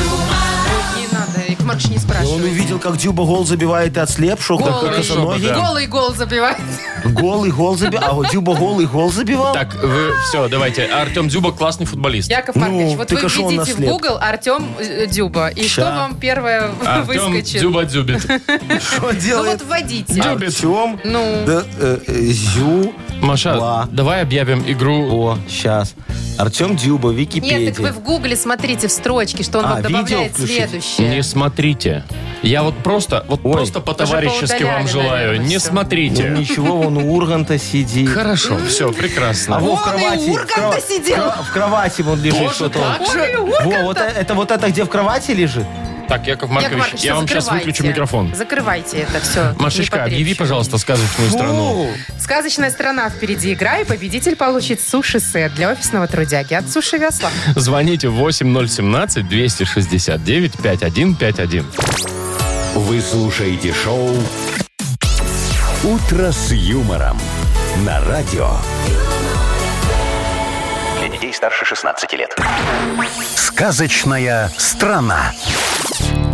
Speaker 2: Не надо, Эрик Маркович, не
Speaker 1: Ну,
Speaker 3: Он
Speaker 2: спрашивай.
Speaker 3: увидел, как Дюба гол забивает и отслеп, шел как
Speaker 2: Голый. ну,
Speaker 3: косоноги.
Speaker 1: Да.
Speaker 2: Голый гол забивает.
Speaker 3: Гол и гол забивал. А вот Дюба гол и гол забивал?
Speaker 1: Так, вы, все, давайте. Артем Дзюба классный футболист.
Speaker 2: Яков
Speaker 3: Ну,
Speaker 2: Маркович, вот
Speaker 3: ты
Speaker 2: вы
Speaker 3: кошел
Speaker 2: введите в
Speaker 3: наслед.
Speaker 2: Google Артем э, Дюба. И что
Speaker 3: Ща.
Speaker 2: вам первое
Speaker 1: Артем
Speaker 2: выскочит?
Speaker 1: Дзюба дзюбит.
Speaker 3: Что
Speaker 2: Ну вот
Speaker 3: делает?
Speaker 2: вводите.
Speaker 3: Артем?
Speaker 2: Ну.
Speaker 3: Да, э, э, Зю.
Speaker 1: Маша,
Speaker 3: Ла.
Speaker 1: давай объявим игру.
Speaker 3: О, сейчас. Артем Дюба, Википедия.
Speaker 2: Нет, так вы в Гугле смотрите в строчке, что он
Speaker 3: А,
Speaker 2: вам добавляет
Speaker 3: видео включить?
Speaker 2: следующее.
Speaker 1: Не смотрите. Я вот просто, вот
Speaker 3: Ой.
Speaker 1: просто по-товарищески
Speaker 2: Уже
Speaker 1: вам
Speaker 2: поудаляли,
Speaker 1: желаю.
Speaker 2: наверное,
Speaker 1: не
Speaker 2: всё.
Speaker 3: Ну,
Speaker 1: смотрите.
Speaker 3: ничего, он у Урганта сидит.
Speaker 1: Хорошо, все, прекрасно.
Speaker 3: А во, в
Speaker 2: Вон и
Speaker 3: кровати.
Speaker 2: Урганта
Speaker 3: в крова-
Speaker 2: сидел.
Speaker 3: в кро- В кровати он лежит
Speaker 1: Тоже
Speaker 3: что-то.
Speaker 1: так
Speaker 3: он.
Speaker 2: же? Вон и
Speaker 3: Во, вот э- это вот это, где в кровати лежит?
Speaker 1: Так, Яков
Speaker 2: Яков
Speaker 1: Маркович,
Speaker 2: Маркович,
Speaker 1: я
Speaker 2: всё,
Speaker 1: вам сейчас
Speaker 2: закрывайте.
Speaker 1: выключу микрофон.
Speaker 2: Закрывайте это все.
Speaker 1: Машечка, объяви, пожалуйста, сказочную
Speaker 2: Ну.
Speaker 1: страну.
Speaker 2: Сказочная страна впереди игра, и победитель получит суши-сет для офисного трудяги от Суши Весла.
Speaker 1: Звоните 8017-269-5151.
Speaker 4: Вы слушаете шоу «Утро с юмором» на радио.
Speaker 8: Для детей старше 16 лет.
Speaker 4: Сказочная страна.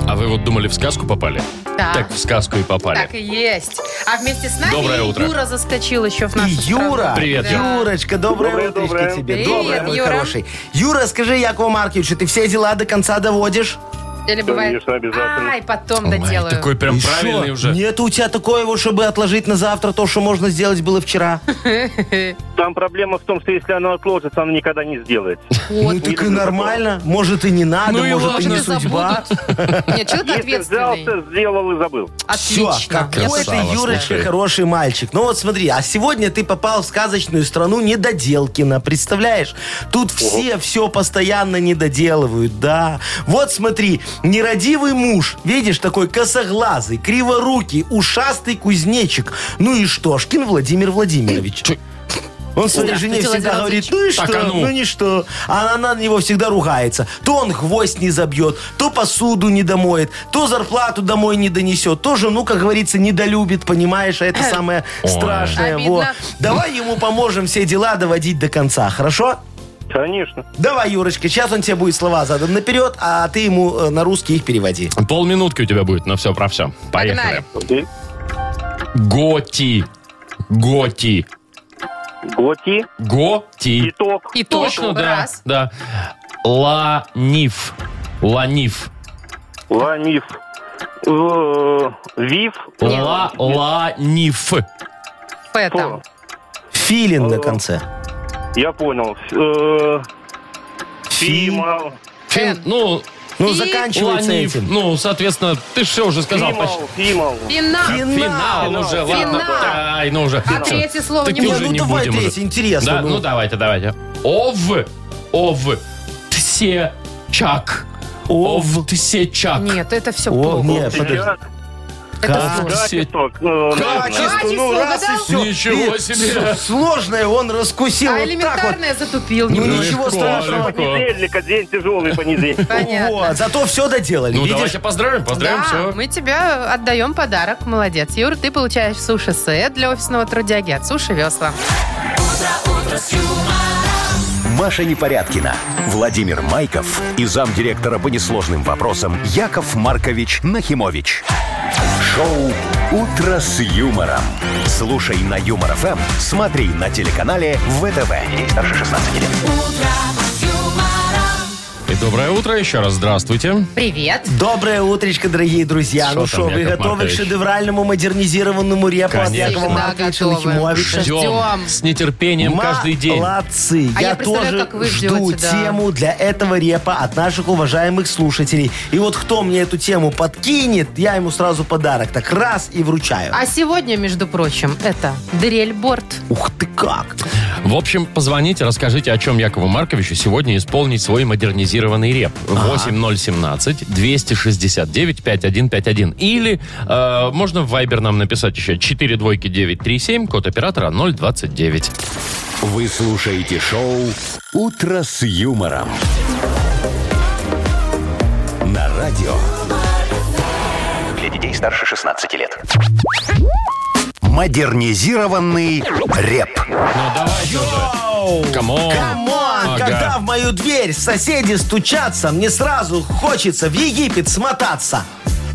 Speaker 1: А вы вот думали, в сказку попали?
Speaker 2: Да.
Speaker 1: Так, в сказку и попали.
Speaker 2: Так и есть. А вместе с нами
Speaker 1: Доброе
Speaker 2: и
Speaker 1: утро.
Speaker 2: Юра заскочил еще в
Speaker 3: И
Speaker 2: нашу страну.
Speaker 3: Юра.
Speaker 1: Привет,
Speaker 2: Да.
Speaker 3: Юрочка, доброе
Speaker 7: Доброе,
Speaker 3: утречко
Speaker 7: доброе.
Speaker 3: тебе.
Speaker 2: Привет,
Speaker 3: доброе, мой
Speaker 2: Юра.
Speaker 3: хороший. Юра, скажи, Якову Марковичу, ты все дела до конца доводишь?
Speaker 2: Или бывает...
Speaker 7: Конечно, обязательно.
Speaker 2: Ай, потом
Speaker 1: Ой,
Speaker 2: доделаю.
Speaker 1: такой прям
Speaker 3: И
Speaker 1: правильный
Speaker 3: шо?
Speaker 1: уже.
Speaker 3: Нет у тебя такое, вот, чтобы отложить на завтра то, что можно сделать было вчера.
Speaker 7: Там проблема в том, что если она отложится, она никогда не сделает.
Speaker 2: Вот.
Speaker 3: ну так и нормально. Может и не надо,
Speaker 1: Ну и
Speaker 3: может
Speaker 1: ладно.
Speaker 3: и не
Speaker 1: Это
Speaker 3: судьба.
Speaker 2: Нет, что ты
Speaker 7: Если
Speaker 2: ответственный?
Speaker 7: взялся, сделал и забыл.
Speaker 3: Все,
Speaker 2: Отлично. Я
Speaker 3: какой ты,
Speaker 1: Красава,
Speaker 3: Юрочка,
Speaker 1: слушай.
Speaker 3: хороший мальчик. Ну вот смотри, а сегодня ты попал в сказочную страну недоделкина, представляешь? Тут все все постоянно недоделывают, да. Вот смотри, нерадивый муж, видишь, такой косоглазый, криворукий, ушастый кузнечик. Ну и Штошкин Владимир Владимирович.
Speaker 1: Чё?
Speaker 3: Он своей жене
Speaker 2: Здравствуйте, Владимир
Speaker 3: всегда говорит, ну и
Speaker 1: Так,
Speaker 3: что,
Speaker 1: а ну?
Speaker 3: ну и что. А она на него всегда ругается. То он гвоздь не забьет, то посуду не домоет, то зарплату домой не донесет, то жену, как говорится, недолюбит, понимаешь? А это самое
Speaker 1: Ой.
Speaker 3: страшное.
Speaker 2: Обидно.
Speaker 3: Во. Давай ему поможем все дела доводить до конца, хорошо?
Speaker 7: Конечно.
Speaker 3: Давай, Юрочка, сейчас он тебе будет слова задан наперед, а ты ему э, на русский их переводи.
Speaker 1: Полминутки у тебя будет на все про все. Поехали.
Speaker 2: Погнали.
Speaker 7: Окей.
Speaker 1: Готи. Готи.
Speaker 7: Готи,
Speaker 1: Готи.
Speaker 7: итог,
Speaker 2: И
Speaker 1: Точно,
Speaker 2: точно,
Speaker 1: да.
Speaker 2: раз.
Speaker 1: Да. Ланиф. Ланиф.
Speaker 7: ланиф, э, вив,
Speaker 1: Ла, ланиф.
Speaker 2: П там.
Speaker 7: Фу,
Speaker 3: Филин на конце.
Speaker 7: я понял. Э,
Speaker 3: Фи-
Speaker 7: Фима,
Speaker 1: Фин-
Speaker 2: Н.
Speaker 1: ну,
Speaker 3: Ну,
Speaker 2: И
Speaker 3: заканчивается
Speaker 1: ланиф.
Speaker 3: этим.
Speaker 1: Ну, соответственно, ты же уже сказал почти.
Speaker 7: Фимол, Фимол.
Speaker 2: Финал.
Speaker 3: Фин-
Speaker 1: Финал,
Speaker 3: Финал.
Speaker 1: уже, ладно.
Speaker 2: Финал.
Speaker 1: Ай, ну уже.
Speaker 2: А третье слово
Speaker 1: Так
Speaker 2: не
Speaker 1: ты
Speaker 3: Ну,
Speaker 2: может
Speaker 1: уже
Speaker 3: ну,
Speaker 1: не
Speaker 3: давай
Speaker 1: будем
Speaker 3: третье,
Speaker 1: уже.
Speaker 3: интересно,
Speaker 1: Да,
Speaker 3: ну.
Speaker 1: ну давайте, давайте. Ов, ов, тсечак.
Speaker 3: Ов.
Speaker 1: Ов, тсечак.
Speaker 2: Нет, это все
Speaker 3: О,
Speaker 2: плохо.
Speaker 3: нет, подожди.
Speaker 2: Это сложно.
Speaker 7: Качество. Ну,
Speaker 1: Качество.
Speaker 2: Качество,
Speaker 3: ну раз
Speaker 2: угадал?
Speaker 3: и все.
Speaker 1: Ничего себе.
Speaker 3: Сложное он раскусил.
Speaker 2: А
Speaker 3: вот так вот.
Speaker 2: элементарное затупил.
Speaker 3: Ну,
Speaker 2: немножко.
Speaker 3: ничего страшного.
Speaker 7: Понедельник, а день тяжелый понедельник.
Speaker 2: Понятно.
Speaker 3: ну, Вот, зато все доделали,
Speaker 1: Ну,
Speaker 3: видишь?
Speaker 1: давайте поздравим, поздравим,
Speaker 2: да,
Speaker 1: все.
Speaker 2: мы тебя отдаем подарок. Молодец. Юр, ты получаешь суши-сет для офисного трудяги от Суши Весла.
Speaker 4: Маша Непорядкина, Владимир Майков и замдиректора по несложным вопросам Яков Маркович Нахимович. Шоу «Утро с юмором». Слушай на Юмор ФМ, смотри на телеканале ВТВ. Ей старше 16 лет.
Speaker 1: И доброе утро еще раз. Здравствуйте.
Speaker 2: Привет.
Speaker 3: Доброе утречко, дорогие друзья.
Speaker 1: Что
Speaker 3: ну
Speaker 1: там,
Speaker 3: что, вы
Speaker 1: Яков
Speaker 3: готовы
Speaker 1: Маркович?
Speaker 3: к шедевральному модернизированному репу от
Speaker 1: Конечно.
Speaker 3: Якова
Speaker 2: Всегда
Speaker 3: Марковича
Speaker 2: готовы.
Speaker 3: Нахимовича?
Speaker 2: Ждем.
Speaker 1: С нетерпением каждый день.
Speaker 3: Молодцы.
Speaker 2: А я представляю,
Speaker 3: тоже
Speaker 2: как вы
Speaker 3: жду
Speaker 2: ждете, да.
Speaker 3: тему для этого репа от наших уважаемых слушателей. И вот кто мне эту тему подкинет, я ему сразу подарок. Так раз и вручаю.
Speaker 2: А сегодня, между прочим, это дрельборд.
Speaker 3: Ух ты как!
Speaker 1: В общем, позвоните, расскажите, о чем Якову Марковичу сегодня исполнить свой модернизированный реп. 8017-269-5151. Или э, можно в Viber нам написать еще 4 двойки 937, код оператора 029.
Speaker 4: Вы слушаете шоу «Утро с юмором». На радио
Speaker 8: Для детей старше 16 лет.
Speaker 4: «Модернизированный реп».
Speaker 1: Ну, давайте уже. Камон.
Speaker 3: Камон,
Speaker 1: Ага.
Speaker 3: когда в мою дверь соседи стучатся, мне сразу хочется в Египет смотаться.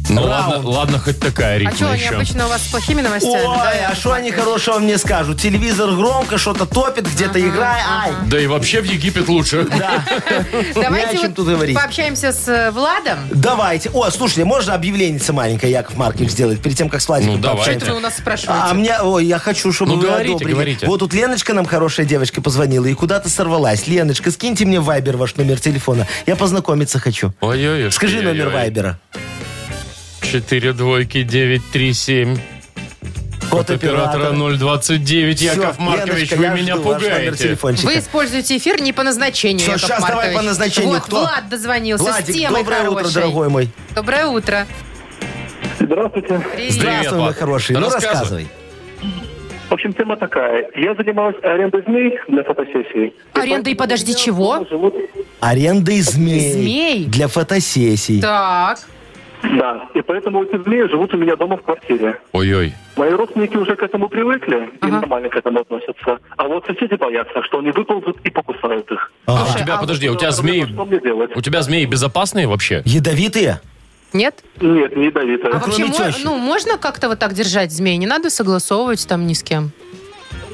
Speaker 1: Ну,
Speaker 3: Раунд.
Speaker 1: ладно, ладно, хоть такая
Speaker 2: А что,
Speaker 1: рифма
Speaker 2: они
Speaker 1: еще.
Speaker 2: обычно у вас с плохими новостями? да,
Speaker 3: Ой,
Speaker 2: Яков
Speaker 3: а что они
Speaker 2: Маркович?
Speaker 3: хорошего мне скажут? Телевизор громко, что-то топит, где-то играет. Ай,
Speaker 1: Да и вообще в Египет лучше.
Speaker 3: Не
Speaker 2: Давайте
Speaker 3: о чем
Speaker 2: вот
Speaker 3: тут говорить.
Speaker 2: пообщаемся с э, Владом.
Speaker 3: давайте. О, слушайте, можно объявление маленькое Яков Маркович сделать перед тем, как с Владиком
Speaker 1: Ну, давайте.
Speaker 3: пообщаемся?
Speaker 2: Что вы у нас спрашиваете?
Speaker 3: А мне, ой, я хочу, чтобы
Speaker 1: Ну,
Speaker 3: вы
Speaker 1: говорите,
Speaker 3: одобрили.
Speaker 1: говорите.
Speaker 3: Вот тут Леночка нам хорошая девочка позвонила и куда-то сорвалась. Леночка, скиньте мне в Вайбер ваш номер телефона. Я познакомиться хочу.
Speaker 1: Ой-ой-ой.
Speaker 3: Скажи номер Вайбера.
Speaker 1: 4 двойки 937.
Speaker 3: Код
Speaker 1: От оператора 029.
Speaker 3: Всё,
Speaker 1: Яков Маркович,
Speaker 3: Леночка,
Speaker 1: вы
Speaker 3: я
Speaker 1: меня
Speaker 3: жду ваш номер
Speaker 1: пугаете.
Speaker 3: телефончика.
Speaker 2: Вы используете эфир не по назначению,
Speaker 3: Всё,
Speaker 2: Яков
Speaker 3: щас давай
Speaker 2: Маркович.
Speaker 3: по назначению.
Speaker 2: Вот,
Speaker 3: Кто?
Speaker 2: Влад дозвонился с
Speaker 3: Владик,
Speaker 2: темой
Speaker 3: доброе
Speaker 2: хорошей.
Speaker 3: утро, дорогой мой.
Speaker 2: Доброе утро.
Speaker 7: Здравствуйте.
Speaker 2: Привет.
Speaker 1: Привет,
Speaker 3: Здравствуй, мой
Speaker 1: Влад.
Speaker 3: хороший. Ну,
Speaker 1: Рассказывай.
Speaker 3: рассказывай.
Speaker 7: В общем, тема такая. Я занималась арендой змей для фотосессии.
Speaker 2: Аренда и подожди, чего?
Speaker 7: Живут,
Speaker 3: Аренда змей.
Speaker 2: Змей?
Speaker 3: Для фотосессий.
Speaker 2: Так.
Speaker 7: да, и поэтому эти змеи живут у меня дома в квартире.
Speaker 1: Ой-ой.
Speaker 7: Мои родственники уже к этому привыкли и
Speaker 2: Ага.
Speaker 7: нормально к этому относятся. А вот соседи боятся, что они выползут и покусают их.
Speaker 1: А у тебя, подожди,
Speaker 2: э,
Speaker 1: у тебя змеи...
Speaker 7: Что мне делать?
Speaker 1: У тебя змеи безопасные вообще?
Speaker 3: Ядовитые?
Speaker 2: Нет?
Speaker 7: Нет, не ядовито.
Speaker 2: А вообще,
Speaker 3: кроме
Speaker 2: мо-
Speaker 3: тещи.
Speaker 2: ну, можно как-то вот так держать змей? Не надо согласовывать там ни с кем.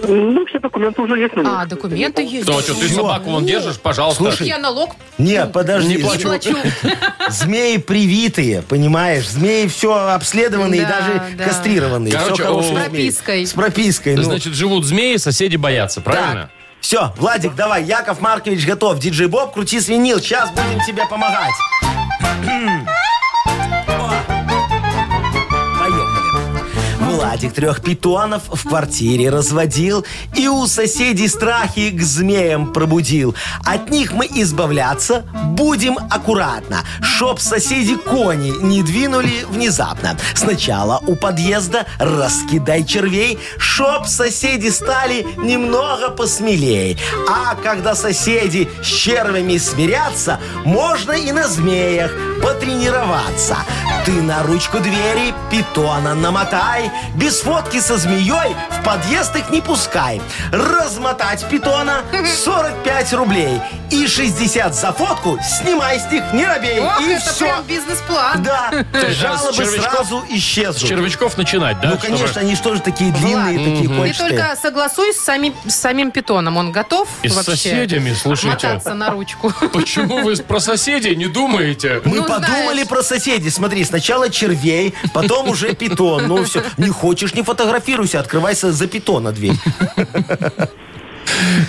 Speaker 7: Ну, все документы уже есть на них.
Speaker 2: А, документы есть.
Speaker 1: Что, что, ты
Speaker 3: Всё.
Speaker 1: собаку вон держишь? Пожалуйста.
Speaker 3: Слушай,
Speaker 2: Я налог
Speaker 3: Нет, подожди.
Speaker 1: Не плачу.
Speaker 2: плачу.
Speaker 3: Змеи привитые, понимаешь? Змеи все обследованные, и
Speaker 2: Да,
Speaker 3: даже
Speaker 2: да.
Speaker 3: кастрированные.
Speaker 1: Короче,
Speaker 3: все
Speaker 1: о.
Speaker 3: хорошие змеи.
Speaker 2: С пропиской.
Speaker 3: С пропиской, ну.
Speaker 1: Значит, живут змеи, соседи боятся, правильно?
Speaker 3: Все, Владик, давай, Яков Маркович готов. Диджей Боб, крути свинил, сейчас будем тебе помогать. О, Поехали. Владик трех питонов в квартире разводил и у соседей страхи к змеям пробудил. От них мы избавляться будем аккуратно, чтоб соседи кони не двинули внезапно. Сначала у подъезда раскидай червей, чтоб соседи стали немного посмелей. А когда соседи с червями смирятся, можно и на змеях потренироваться. Ты на ручку двери питона намотай, без фотки со змеей в подъезд их не пускай. Размотать питона 45 рублей и 60 за фотку снимай с них, не робей.
Speaker 2: Ох,
Speaker 3: и
Speaker 2: это
Speaker 3: все.
Speaker 2: прям бизнес-план.
Speaker 3: Да,
Speaker 1: есть с
Speaker 3: жалобы
Speaker 1: червячков-
Speaker 3: сразу исчезнут.
Speaker 1: С червячков начинать, да?
Speaker 3: ну, конечно,
Speaker 1: чтобы-
Speaker 3: они же тоже такие длинные,
Speaker 2: Влад,
Speaker 3: такие
Speaker 2: Ты
Speaker 3: кольчатые.
Speaker 2: только согласуй с, сами, с самим питоном. Он готов
Speaker 1: И с
Speaker 2: вообще
Speaker 1: соседями, слушайте.
Speaker 2: мотаться на ручку.
Speaker 1: Почему вы про соседей не думаете?
Speaker 3: Мы
Speaker 2: Ну,
Speaker 3: подумали
Speaker 2: знаешь.
Speaker 3: про соседей. Смотри, сначала червей, потом уже питон. Ну все, не хочешь, не фотографируйся, открывайся за питона дверь.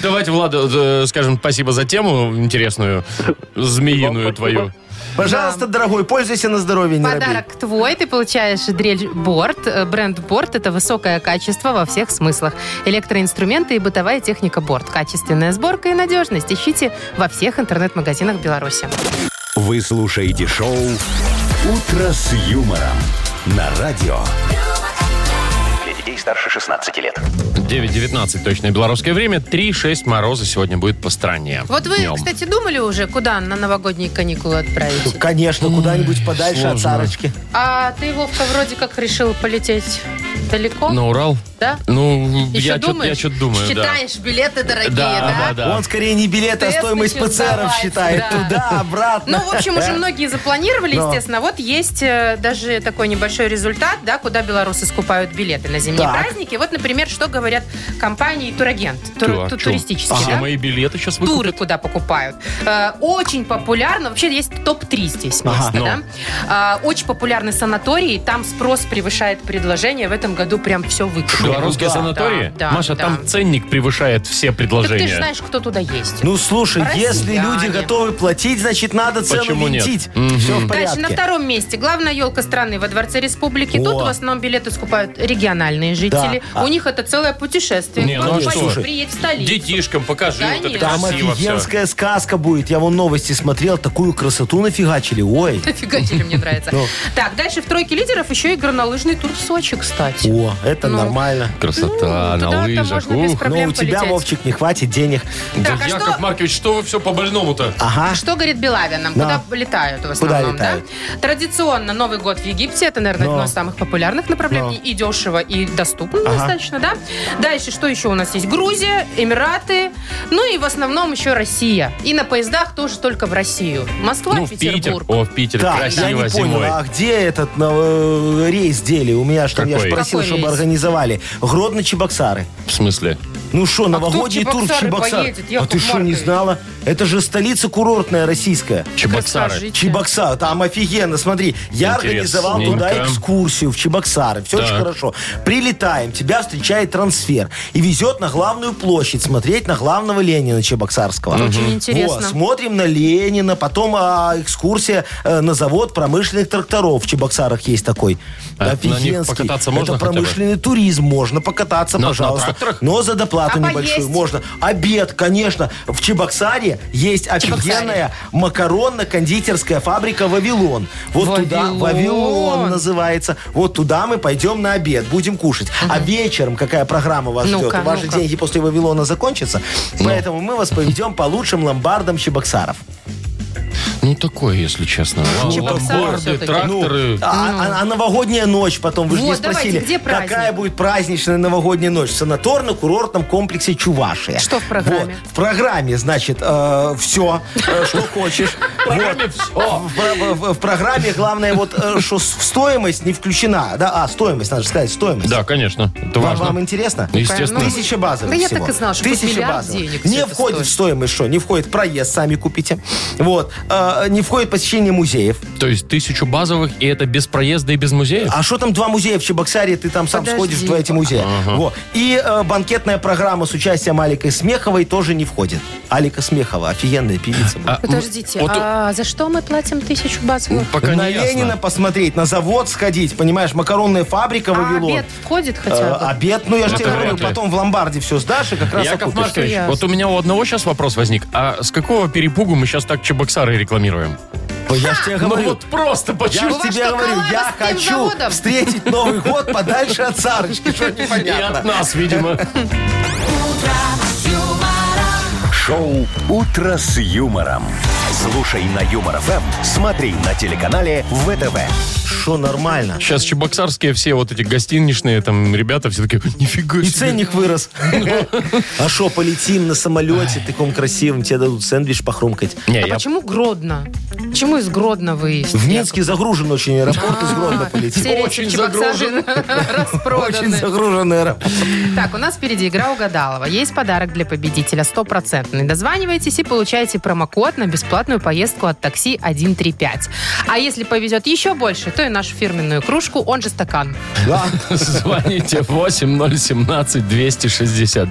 Speaker 1: Давайте, Влада, э, скажем спасибо за тему интересную, змеиную
Speaker 7: Вам
Speaker 1: твою.
Speaker 7: спасибо.
Speaker 3: Пожалуйста, дорогой, пользуйся на здоровье, не робей.
Speaker 2: Подарок твой. Ты получаешь дрель-борт. Э, Бренд-борт – это высокое качество во всех смыслах. Электроинструменты и бытовая техника борт. Качественная сборка и надежность. Ищите во всех интернет-магазинах Беларуси.
Speaker 4: Вы слушаете шоу «Утро с юмором» на радио.
Speaker 8: Для детей старше 16 лет.
Speaker 1: 9.19 точное белорусское время. 3-6 мороза сегодня будет по стране.
Speaker 2: Вот вы,
Speaker 1: Днем.
Speaker 2: кстати, думали уже, куда на новогодние каникулы
Speaker 3: Ну,
Speaker 2: отправить?
Speaker 3: Конечно, куда-нибудь подальше от
Speaker 1: сложно.
Speaker 3: Сарочки.
Speaker 2: А ты, Вовка, вроде как решил полететь далеко,
Speaker 1: На Урал?
Speaker 2: да?
Speaker 1: Ну,
Speaker 2: Еще
Speaker 1: я чё- я
Speaker 2: думаешь?
Speaker 1: что-то думаю,
Speaker 2: Считаешь билеты
Speaker 1: да.
Speaker 2: дорогие,
Speaker 1: Да, да, да.
Speaker 3: Он скорее не билет, а
Speaker 2: Тест
Speaker 3: стоимость
Speaker 2: еще
Speaker 3: ПЦРов
Speaker 2: сдавать,
Speaker 3: считает.
Speaker 2: да.
Speaker 3: Туда, обратно. Э,
Speaker 2: Ну, в общем, уже многие запланировали,
Speaker 3: Да.
Speaker 2: естественно. Вот есть э, даже такой небольшой результат, да, куда белорусы скупают билеты на зимние
Speaker 3: Так.
Speaker 2: праздники. Вот, например, что говорят компании турагент, тур-
Speaker 1: Да,
Speaker 2: ту-
Speaker 1: чё?
Speaker 2: туристические,
Speaker 1: Все
Speaker 2: да?
Speaker 1: мои билеты сейчас выкупят.
Speaker 2: Туры куда покупают. Э, Очень популярно, вообще есть топ-3 здесь место,
Speaker 1: Ага.
Speaker 2: да?
Speaker 1: Ну.
Speaker 2: А, Очень популярны санатории, там спрос превышает предложение, в этом году прям все выкупили.
Speaker 1: Белорусские
Speaker 3: Да,
Speaker 1: санатории?
Speaker 2: да,
Speaker 1: Маша,
Speaker 2: да.
Speaker 1: там ценник превышает все
Speaker 2: Так ты же
Speaker 1: предложения.
Speaker 2: знаешь, кто туда есть.
Speaker 3: Ну, слушай,
Speaker 2: Россияне.
Speaker 3: если люди готовы платить, значит, надо цену
Speaker 1: Почему нет?
Speaker 3: винтить.
Speaker 1: Мгм.
Speaker 3: Все в
Speaker 2: Дальше на
Speaker 3: порядке.
Speaker 2: втором месте. Главная елка страны во Дворце Республики.
Speaker 3: О.
Speaker 2: Тут в основном билеты скупают региональные жители.
Speaker 3: А-
Speaker 2: У них это целое путешествие.
Speaker 1: Не, ну
Speaker 2: Вам
Speaker 1: а
Speaker 2: Борис,
Speaker 1: что?
Speaker 2: приедь в столицу.
Speaker 1: Детишкам покажи, вот это
Speaker 2: Конечно.
Speaker 3: Там
Speaker 1: красиво все.
Speaker 3: офигенская сказка будет. Я вон новости смотрел, такую красоту нафигачили. Ой.
Speaker 2: Фигачили, мне нравится.
Speaker 3: Ну.
Speaker 2: Так, дальше в тройке лидеров еще и горнолыжный тур в Сочи, кстати.
Speaker 3: О, это
Speaker 2: Ну.
Speaker 3: нормально.
Speaker 1: Красота на
Speaker 2: Ну, туда-то
Speaker 1: лыжах.
Speaker 2: можно без
Speaker 1: Ух.
Speaker 3: Но
Speaker 2: Проблем
Speaker 3: Ну, у тебя,
Speaker 2: полететь.
Speaker 3: Вовчик, не хватит денег.
Speaker 2: Так,
Speaker 1: Да,
Speaker 2: а
Speaker 1: Яков
Speaker 2: что-
Speaker 1: Маркович, что вы все по больному-то?
Speaker 3: Ага.
Speaker 2: Что говорит Белавин? Нам
Speaker 3: Да.
Speaker 2: куда летают в
Speaker 3: Куда
Speaker 2: основном, да?
Speaker 3: летают?
Speaker 2: Традиционно Новый год в Египте. Это, наверное,
Speaker 3: Но.
Speaker 2: одно из самых популярных направлений. И дешево, и доступно достаточно, да? Дальше, что еще у нас есть? Грузия, Эмираты, ну и в основном еще Россия. И на поездах тоже только А в Россию. Москва,
Speaker 1: Ну, в Питер.
Speaker 2: Петербург.
Speaker 1: О, в Питер.
Speaker 3: Так, я
Speaker 1: Красиво
Speaker 3: не понял,
Speaker 1: зимой.
Speaker 3: а где этот на, э, рейс дели? У меня что, я
Speaker 1: Какой?
Speaker 3: же просил,
Speaker 2: Какой
Speaker 3: чтобы
Speaker 2: рейс?
Speaker 3: организовали. Гродно-Чебоксары.
Speaker 1: В смысле?
Speaker 3: Ну что,
Speaker 2: А кто в
Speaker 3: новогодний тур в
Speaker 2: Чебоксары
Speaker 3: Чебоксар.
Speaker 2: поедет,
Speaker 3: А
Speaker 2: Яков
Speaker 3: ты что, не
Speaker 2: Маркович?
Speaker 3: знала? Это же столица курортная российская.
Speaker 1: Чебоксары.
Speaker 2: Расскажите.
Speaker 3: Чебоксар, там офигенно, смотри, я
Speaker 1: Интересненько.
Speaker 3: организовал туда экскурсию в Чебоксары, все
Speaker 1: Так.
Speaker 3: очень хорошо. Прилетаем, тебя встречает трансфер и везет на главную площадь смотреть на главного Ленина Чебоксарского.
Speaker 2: Очень интересно.
Speaker 3: Вот, смотрим на Ленина, потом а, экскурсия э, на завод промышленных тракторов в Чебоксарах есть такой.
Speaker 1: А на них
Speaker 3: Офигенский.
Speaker 1: покататься можно
Speaker 3: Это
Speaker 1: хотя бы?
Speaker 3: промышленный туризм, можно покататься,
Speaker 1: На- на
Speaker 3: пожалуйста.
Speaker 1: тракторах?
Speaker 3: Но за доплату
Speaker 2: А
Speaker 3: небольшую
Speaker 2: поесть?
Speaker 3: можно. Обед, конечно. В Чебоксаре есть офигенная макаронно-кондитерская фабрика «Вавилон». Вот туда
Speaker 2: «Вавилон».
Speaker 3: «Вавилон» называется. Вот туда мы пойдем на обед, будем кушать. А вечером какая программа вас ждет?
Speaker 2: Ну-ка,
Speaker 3: У вас же
Speaker 2: ну-ка. Ну.
Speaker 3: деньги после «Вавилона» закончатся. Поэтому мы вас поведем по лучшим ломбардам Чебоксаров.
Speaker 1: Ну, такое, если честно.
Speaker 2: Чебоксары
Speaker 1: Ломбарды,
Speaker 2: всё-таки.
Speaker 1: тракторы.
Speaker 3: А, а- а новогодняя ночь потом, вы же не
Speaker 2: Вот, давайте,
Speaker 3: спросили,
Speaker 2: где праздник?
Speaker 3: какая будет праздничная новогодняя ночь в санаторно-курортном комплексе Чувашия.
Speaker 2: Что в программе?
Speaker 3: Вот, в программе, значит, все, что хочешь.
Speaker 1: Программе
Speaker 3: Вот.
Speaker 1: всё.
Speaker 3: В- в- В программе главное вот, э, что с- в стоимость не включена. Да, а, стоимость, надо же сказать, стоимость.
Speaker 1: Да, конечно. Это
Speaker 3: Вам, вам
Speaker 1: важно.
Speaker 3: интересно?
Speaker 1: Естественно.
Speaker 2: Ну,
Speaker 3: Тысяча базовых
Speaker 2: да я
Speaker 3: всего.
Speaker 2: так и знала, что тут
Speaker 3: Тысяча
Speaker 2: миллиард
Speaker 3: базовых.
Speaker 2: денег всё
Speaker 3: Не
Speaker 2: это
Speaker 3: входит
Speaker 2: стоит.
Speaker 3: в стоимость, что? Не входит проезд, сами купите. Вот. Э, Не входит посещение музеев.
Speaker 1: То есть тысячу базовых, и это без проезда и без музеев?
Speaker 3: А что там два музея в Чебоксаре, ты там сам
Speaker 2: Подожди.
Speaker 3: сходишь в два эти музея. Во. И э, банкетная программа с участием Алика Смеховой тоже не входит. Алика Смехова, офигенная певица. была.
Speaker 1: А,
Speaker 2: Подождите,
Speaker 1: вот, Ну,
Speaker 2: а за что мы платим тысячу базовых?
Speaker 1: Пока
Speaker 3: на
Speaker 1: не ясно.
Speaker 3: Ленина посмотреть, на завод сходить, понимаешь, макаронная фабрика
Speaker 2: А
Speaker 3: Вавилон.
Speaker 2: обед входит
Speaker 3: Э,
Speaker 2: хотя бы?
Speaker 3: обед, ну я же тебе
Speaker 1: Это
Speaker 3: говорю,
Speaker 1: вряд ли.
Speaker 3: потом в ломбарде все сдашь и как раз
Speaker 1: Яков
Speaker 3: окупишь.
Speaker 1: Маркович,
Speaker 2: Ясно.
Speaker 1: вот у меня у одного сейчас вопрос возник. А с какого перепугу мы сейчас так Чебоксары рекламируем?
Speaker 3: Ой, Я же тебе
Speaker 1: Ну
Speaker 3: говорю,
Speaker 1: вот просто
Speaker 3: я
Speaker 1: почему?
Speaker 3: же
Speaker 2: вас
Speaker 3: тебе
Speaker 2: что,
Speaker 3: говорю,
Speaker 2: Колорадо
Speaker 3: я
Speaker 2: с тем
Speaker 3: хочу
Speaker 2: заводом?
Speaker 3: встретить Новый год подальше от Сарочки, что
Speaker 1: И от
Speaker 3: непонятно.
Speaker 1: нас, видимо.
Speaker 4: Шоу «Утро с юмором». Слушай на Юмор ФМ, смотри на телеканале ВТВ.
Speaker 3: Что нормально?
Speaker 1: Сейчас чебоксарские все вот эти гостиничные там ребята все такие, нифига
Speaker 3: И
Speaker 1: себе.
Speaker 3: ценник вырос. А что, полетим на самолете таком красивом, тебе дадут сэндвич похрумкать.
Speaker 1: Не,
Speaker 2: А
Speaker 1: я-
Speaker 2: почему Гродно? Почему из Гродно вы?
Speaker 3: В Минске загружен очень аэропорт, из
Speaker 2: А,
Speaker 3: Гродно полетим.
Speaker 2: Все рейсы
Speaker 1: Очень
Speaker 2: в Чебоксары
Speaker 3: Очень
Speaker 2: распроданы.
Speaker 3: загружен аэропорт.
Speaker 2: Так, у нас впереди игра угадалова. Есть подарок для победителя, 100%. доступны. Дозванивайтесь и получайте промокод на бесплатную поездку от такси 135. А если повезет еще больше, то и нашу фирменную кружку, он же стакан.
Speaker 3: Да.
Speaker 1: Звоните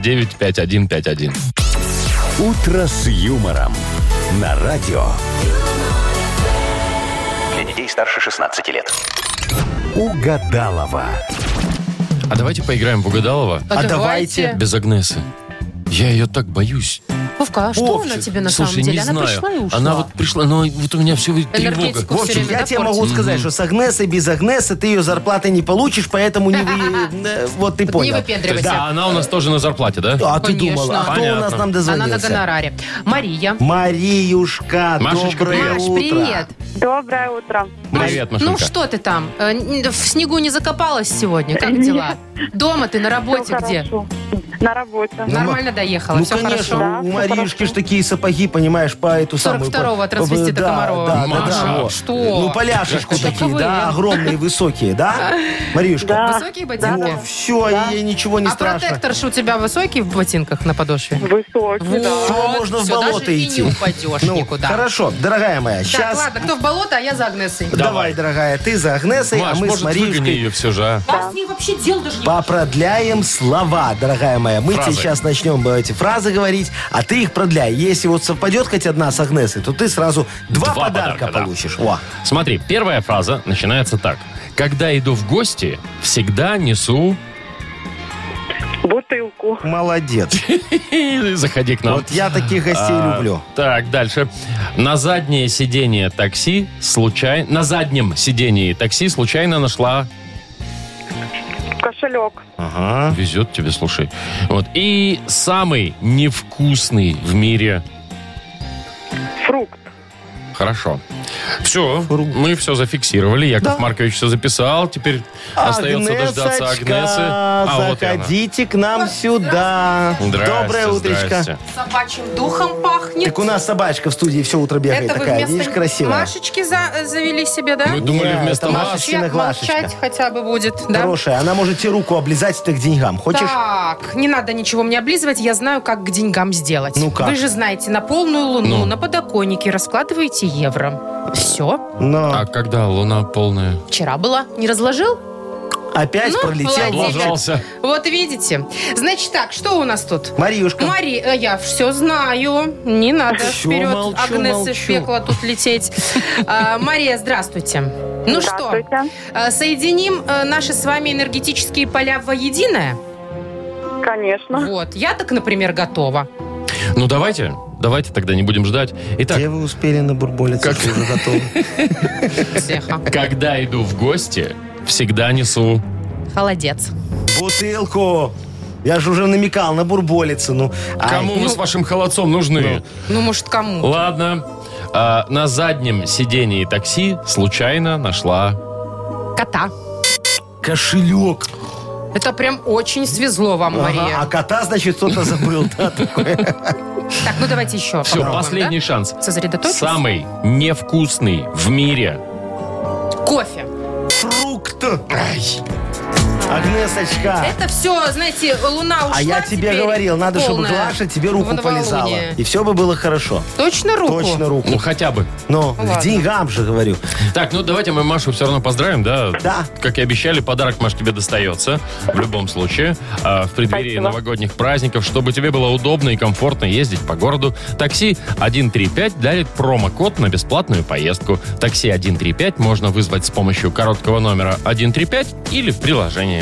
Speaker 1: 8017-269-5151.
Speaker 4: «Утро с юмором» на радио.
Speaker 8: Для детей старше 16 лет.
Speaker 4: Угадалова.
Speaker 1: А давайте поиграем в угадалова
Speaker 3: А давайте.
Speaker 1: без Агнесы. Я ее так боюсь.
Speaker 2: Вовка, а что
Speaker 3: Вовчик,
Speaker 2: она тебе на
Speaker 1: Слушай,
Speaker 2: самом деле?
Speaker 1: не
Speaker 2: Она
Speaker 1: знаю.
Speaker 2: пришла и ушла.
Speaker 1: Она вот пришла, но вот у меня все тревога.
Speaker 2: Энергетику
Speaker 1: Вовчик,
Speaker 2: все время
Speaker 3: Я
Speaker 2: да,
Speaker 3: тебе
Speaker 2: портит.
Speaker 3: могу сказать, что с Агнесой, без Агнесы ты ее зарплаты не получишь, поэтому не вы... э, Вот ты
Speaker 2: Не
Speaker 3: понял.
Speaker 1: то есть,
Speaker 2: выпендривайся.
Speaker 1: а она у нас тоже на зарплате, да?
Speaker 3: А ты
Speaker 2: Конечно.
Speaker 3: думала, а кто у
Speaker 1: Понятно.
Speaker 3: нас нам дозвонился?
Speaker 2: Она на гонораре. Мария.
Speaker 3: Мариюшка,
Speaker 1: Машечка,
Speaker 3: доброе
Speaker 1: привет.
Speaker 2: Маш,
Speaker 3: утро.
Speaker 2: привет.
Speaker 6: Доброе утро.
Speaker 1: Привет,
Speaker 2: Маш, ну
Speaker 1: Машенька.
Speaker 2: что ты там? Э, н- В снегу не закопалась сегодня? Как дела? Дома ты, на работе
Speaker 6: Всё
Speaker 2: где?
Speaker 6: хорошо. На работе.
Speaker 3: Ну,
Speaker 2: Нормально доехала,
Speaker 3: Ну,
Speaker 2: все
Speaker 3: конечно,
Speaker 2: хорошо?
Speaker 6: Да,
Speaker 3: у
Speaker 6: всё
Speaker 3: Мариюшки ж
Speaker 6: хорошо.
Speaker 3: такие сапоги, понимаешь, по эту самую...
Speaker 2: 42-го от
Speaker 3: по-
Speaker 2: Росвести до
Speaker 3: да,
Speaker 2: Комарова.
Speaker 3: Да, да,
Speaker 1: Маша,
Speaker 3: да, вот.
Speaker 2: что?
Speaker 3: Ну, поляшечку
Speaker 2: Что
Speaker 3: такие,
Speaker 2: вы?
Speaker 3: да, огромные, высокие, да? Маришка?
Speaker 6: А, Да.
Speaker 2: Высокие ботинки?
Speaker 3: все, ей ничего не
Speaker 2: а
Speaker 3: страшно.
Speaker 2: протекторши у тебя высокие в ботинках на подошве?
Speaker 6: Высокий, да.
Speaker 3: Всё, можно в
Speaker 2: всё, даже
Speaker 3: болото
Speaker 2: и
Speaker 3: идти.
Speaker 2: не упадешь
Speaker 3: Ну,
Speaker 2: никуда.
Speaker 3: хорошо, дорогая моя,
Speaker 2: Так,
Speaker 3: сейчас...
Speaker 2: ладно, кто в болото, а я за Агнесой.
Speaker 3: Давай, дорогая, ты за Агнесой,
Speaker 1: Маш,
Speaker 3: а мы с
Speaker 1: может, выгони
Speaker 3: Мариюшкой
Speaker 1: ее все же, а?
Speaker 2: Вас с ней вообще дел даже не...
Speaker 3: Попродляем слова, дорогая моя. Мы
Speaker 1: Фразы.
Speaker 3: сейчас начнем э, эти фразы говорить, а ты их продляй. Если вот совпадет хоть одна с Агнесой, то ты сразу два,
Speaker 1: Два
Speaker 3: подарка,
Speaker 1: подарка, да.
Speaker 3: получишь. О,
Speaker 1: Смотри, первая фраза начинается так. Когда иду в гости, всегда несу...
Speaker 6: Бутылку.
Speaker 3: молодец.
Speaker 1: Заходи к нам.
Speaker 3: Вот я таких гостей
Speaker 1: Ну. А,
Speaker 3: люблю.
Speaker 1: Так, дальше. На заднее сиденье такси случайно... На заднем сидении такси случайно нашла...
Speaker 6: Кошелек.
Speaker 3: Ага.
Speaker 1: Везет тебе, слушай. Вот. И самый невкусный в мире...
Speaker 6: Фрукт.
Speaker 1: Хорошо. Все, мы все зафиксировали. Яков Маркович все записал. Теперь остается дождаться Агнесы. А, вот и она.
Speaker 3: заходите к нам сюда.
Speaker 1: Здрасте,
Speaker 3: Доброе утречко.
Speaker 1: здрасте.
Speaker 2: Собачьим духом пахнет.
Speaker 3: Так у нас собачка в студии все утро бегает
Speaker 2: Это вы
Speaker 3: такая,
Speaker 2: вместо
Speaker 3: видишь, красивая. Ну,
Speaker 2: Машечки за- завели себе, да?
Speaker 1: Мы думали
Speaker 3: Не,
Speaker 1: вместо
Speaker 3: это
Speaker 1: вас...
Speaker 3: Машечкина
Speaker 2: Чек молчать
Speaker 3: Глашечка.
Speaker 2: хотя бы будет, да?
Speaker 3: Хорошая, она может тебе руку облизать так к деньгам. Хочешь?
Speaker 2: Так, не надо ничего мне облизывать, я знаю, как к деньгам сделать.
Speaker 3: Ну как?
Speaker 2: Вы же знаете, на полную луну,
Speaker 1: Ну.
Speaker 2: на подоконнике раскладываете евро. Все,
Speaker 3: Но
Speaker 1: А когда луна полная?
Speaker 2: вчера была, не разложил?
Speaker 3: опять
Speaker 1: А
Speaker 2: ну,
Speaker 3: пролетел.
Speaker 2: молодец.
Speaker 3: Вовчик.
Speaker 1: Облажался.
Speaker 2: Вот видите. Значит так, что у нас тут?
Speaker 3: Мариюшка.
Speaker 2: Мари, э, я все знаю, не надо
Speaker 3: Всё,
Speaker 2: вперед
Speaker 3: молчу,
Speaker 2: Агнесы в
Speaker 3: молчу.
Speaker 2: пекло тут лететь. А, Мария, здравствуйте. Ну что,
Speaker 6: Здравствуйте.
Speaker 2: э, соединим э, наши с вами энергетические поля воединое?
Speaker 6: Конечно.
Speaker 2: Вот, я так, например, готова.
Speaker 1: Ну давайте, давайте тогда не будем ждать. Итак,
Speaker 3: Где вы успели набурболиться?
Speaker 1: Как-
Speaker 3: Как уже готовы?
Speaker 2: Цеха.
Speaker 1: когда иду в гости, всегда несу...
Speaker 2: Холодец.
Speaker 3: Бутылку! Я же уже намекал на бурболицы. Ну, Ай.
Speaker 1: Кому вы с вашим холодцом нужны?
Speaker 2: Ну, может, кому?
Speaker 1: Ладно. А, на заднем сидении такси случайно нашла...
Speaker 2: Кота.
Speaker 3: Кошелек.
Speaker 2: Это прям очень свезло вам, Мария.
Speaker 3: Ага, а кота, значит, кто-то забыл. да, такое.
Speaker 2: Так, ну давайте еще.
Speaker 1: Все,
Speaker 2: попробуем,
Speaker 1: последний шанс.
Speaker 2: да? Сосредоточились?
Speaker 1: Самый невкусный в мире.
Speaker 2: Кофе.
Speaker 3: Фрукт. Агнесочка.
Speaker 2: Это все, знаете, луна ушла
Speaker 3: А я тебе
Speaker 2: теперь
Speaker 3: говорил, надо, чтобы
Speaker 2: полная
Speaker 3: Глаша тебе
Speaker 2: в
Speaker 3: руку
Speaker 2: новолуние.
Speaker 3: полизала. И все бы было хорошо.
Speaker 2: Точно руку? ну
Speaker 3: Точно
Speaker 1: Ну,
Speaker 3: руку.
Speaker 1: хотя бы.
Speaker 3: Но
Speaker 2: ладно.
Speaker 3: к деньгам же говорю.
Speaker 1: Так, ну давайте мы Машу все равно поздравим, да?
Speaker 3: Да.
Speaker 1: Как и обещали, подарок, Маш, тебе достается в любом случае. А, в преддверии
Speaker 6: Спасибо.
Speaker 1: новогодних праздников, чтобы тебе было удобно и комфортно ездить по городу, такси 135 дарит промокод на бесплатную поездку. Такси 135 можно вызвать с помощью короткого номера 135 или в приложении.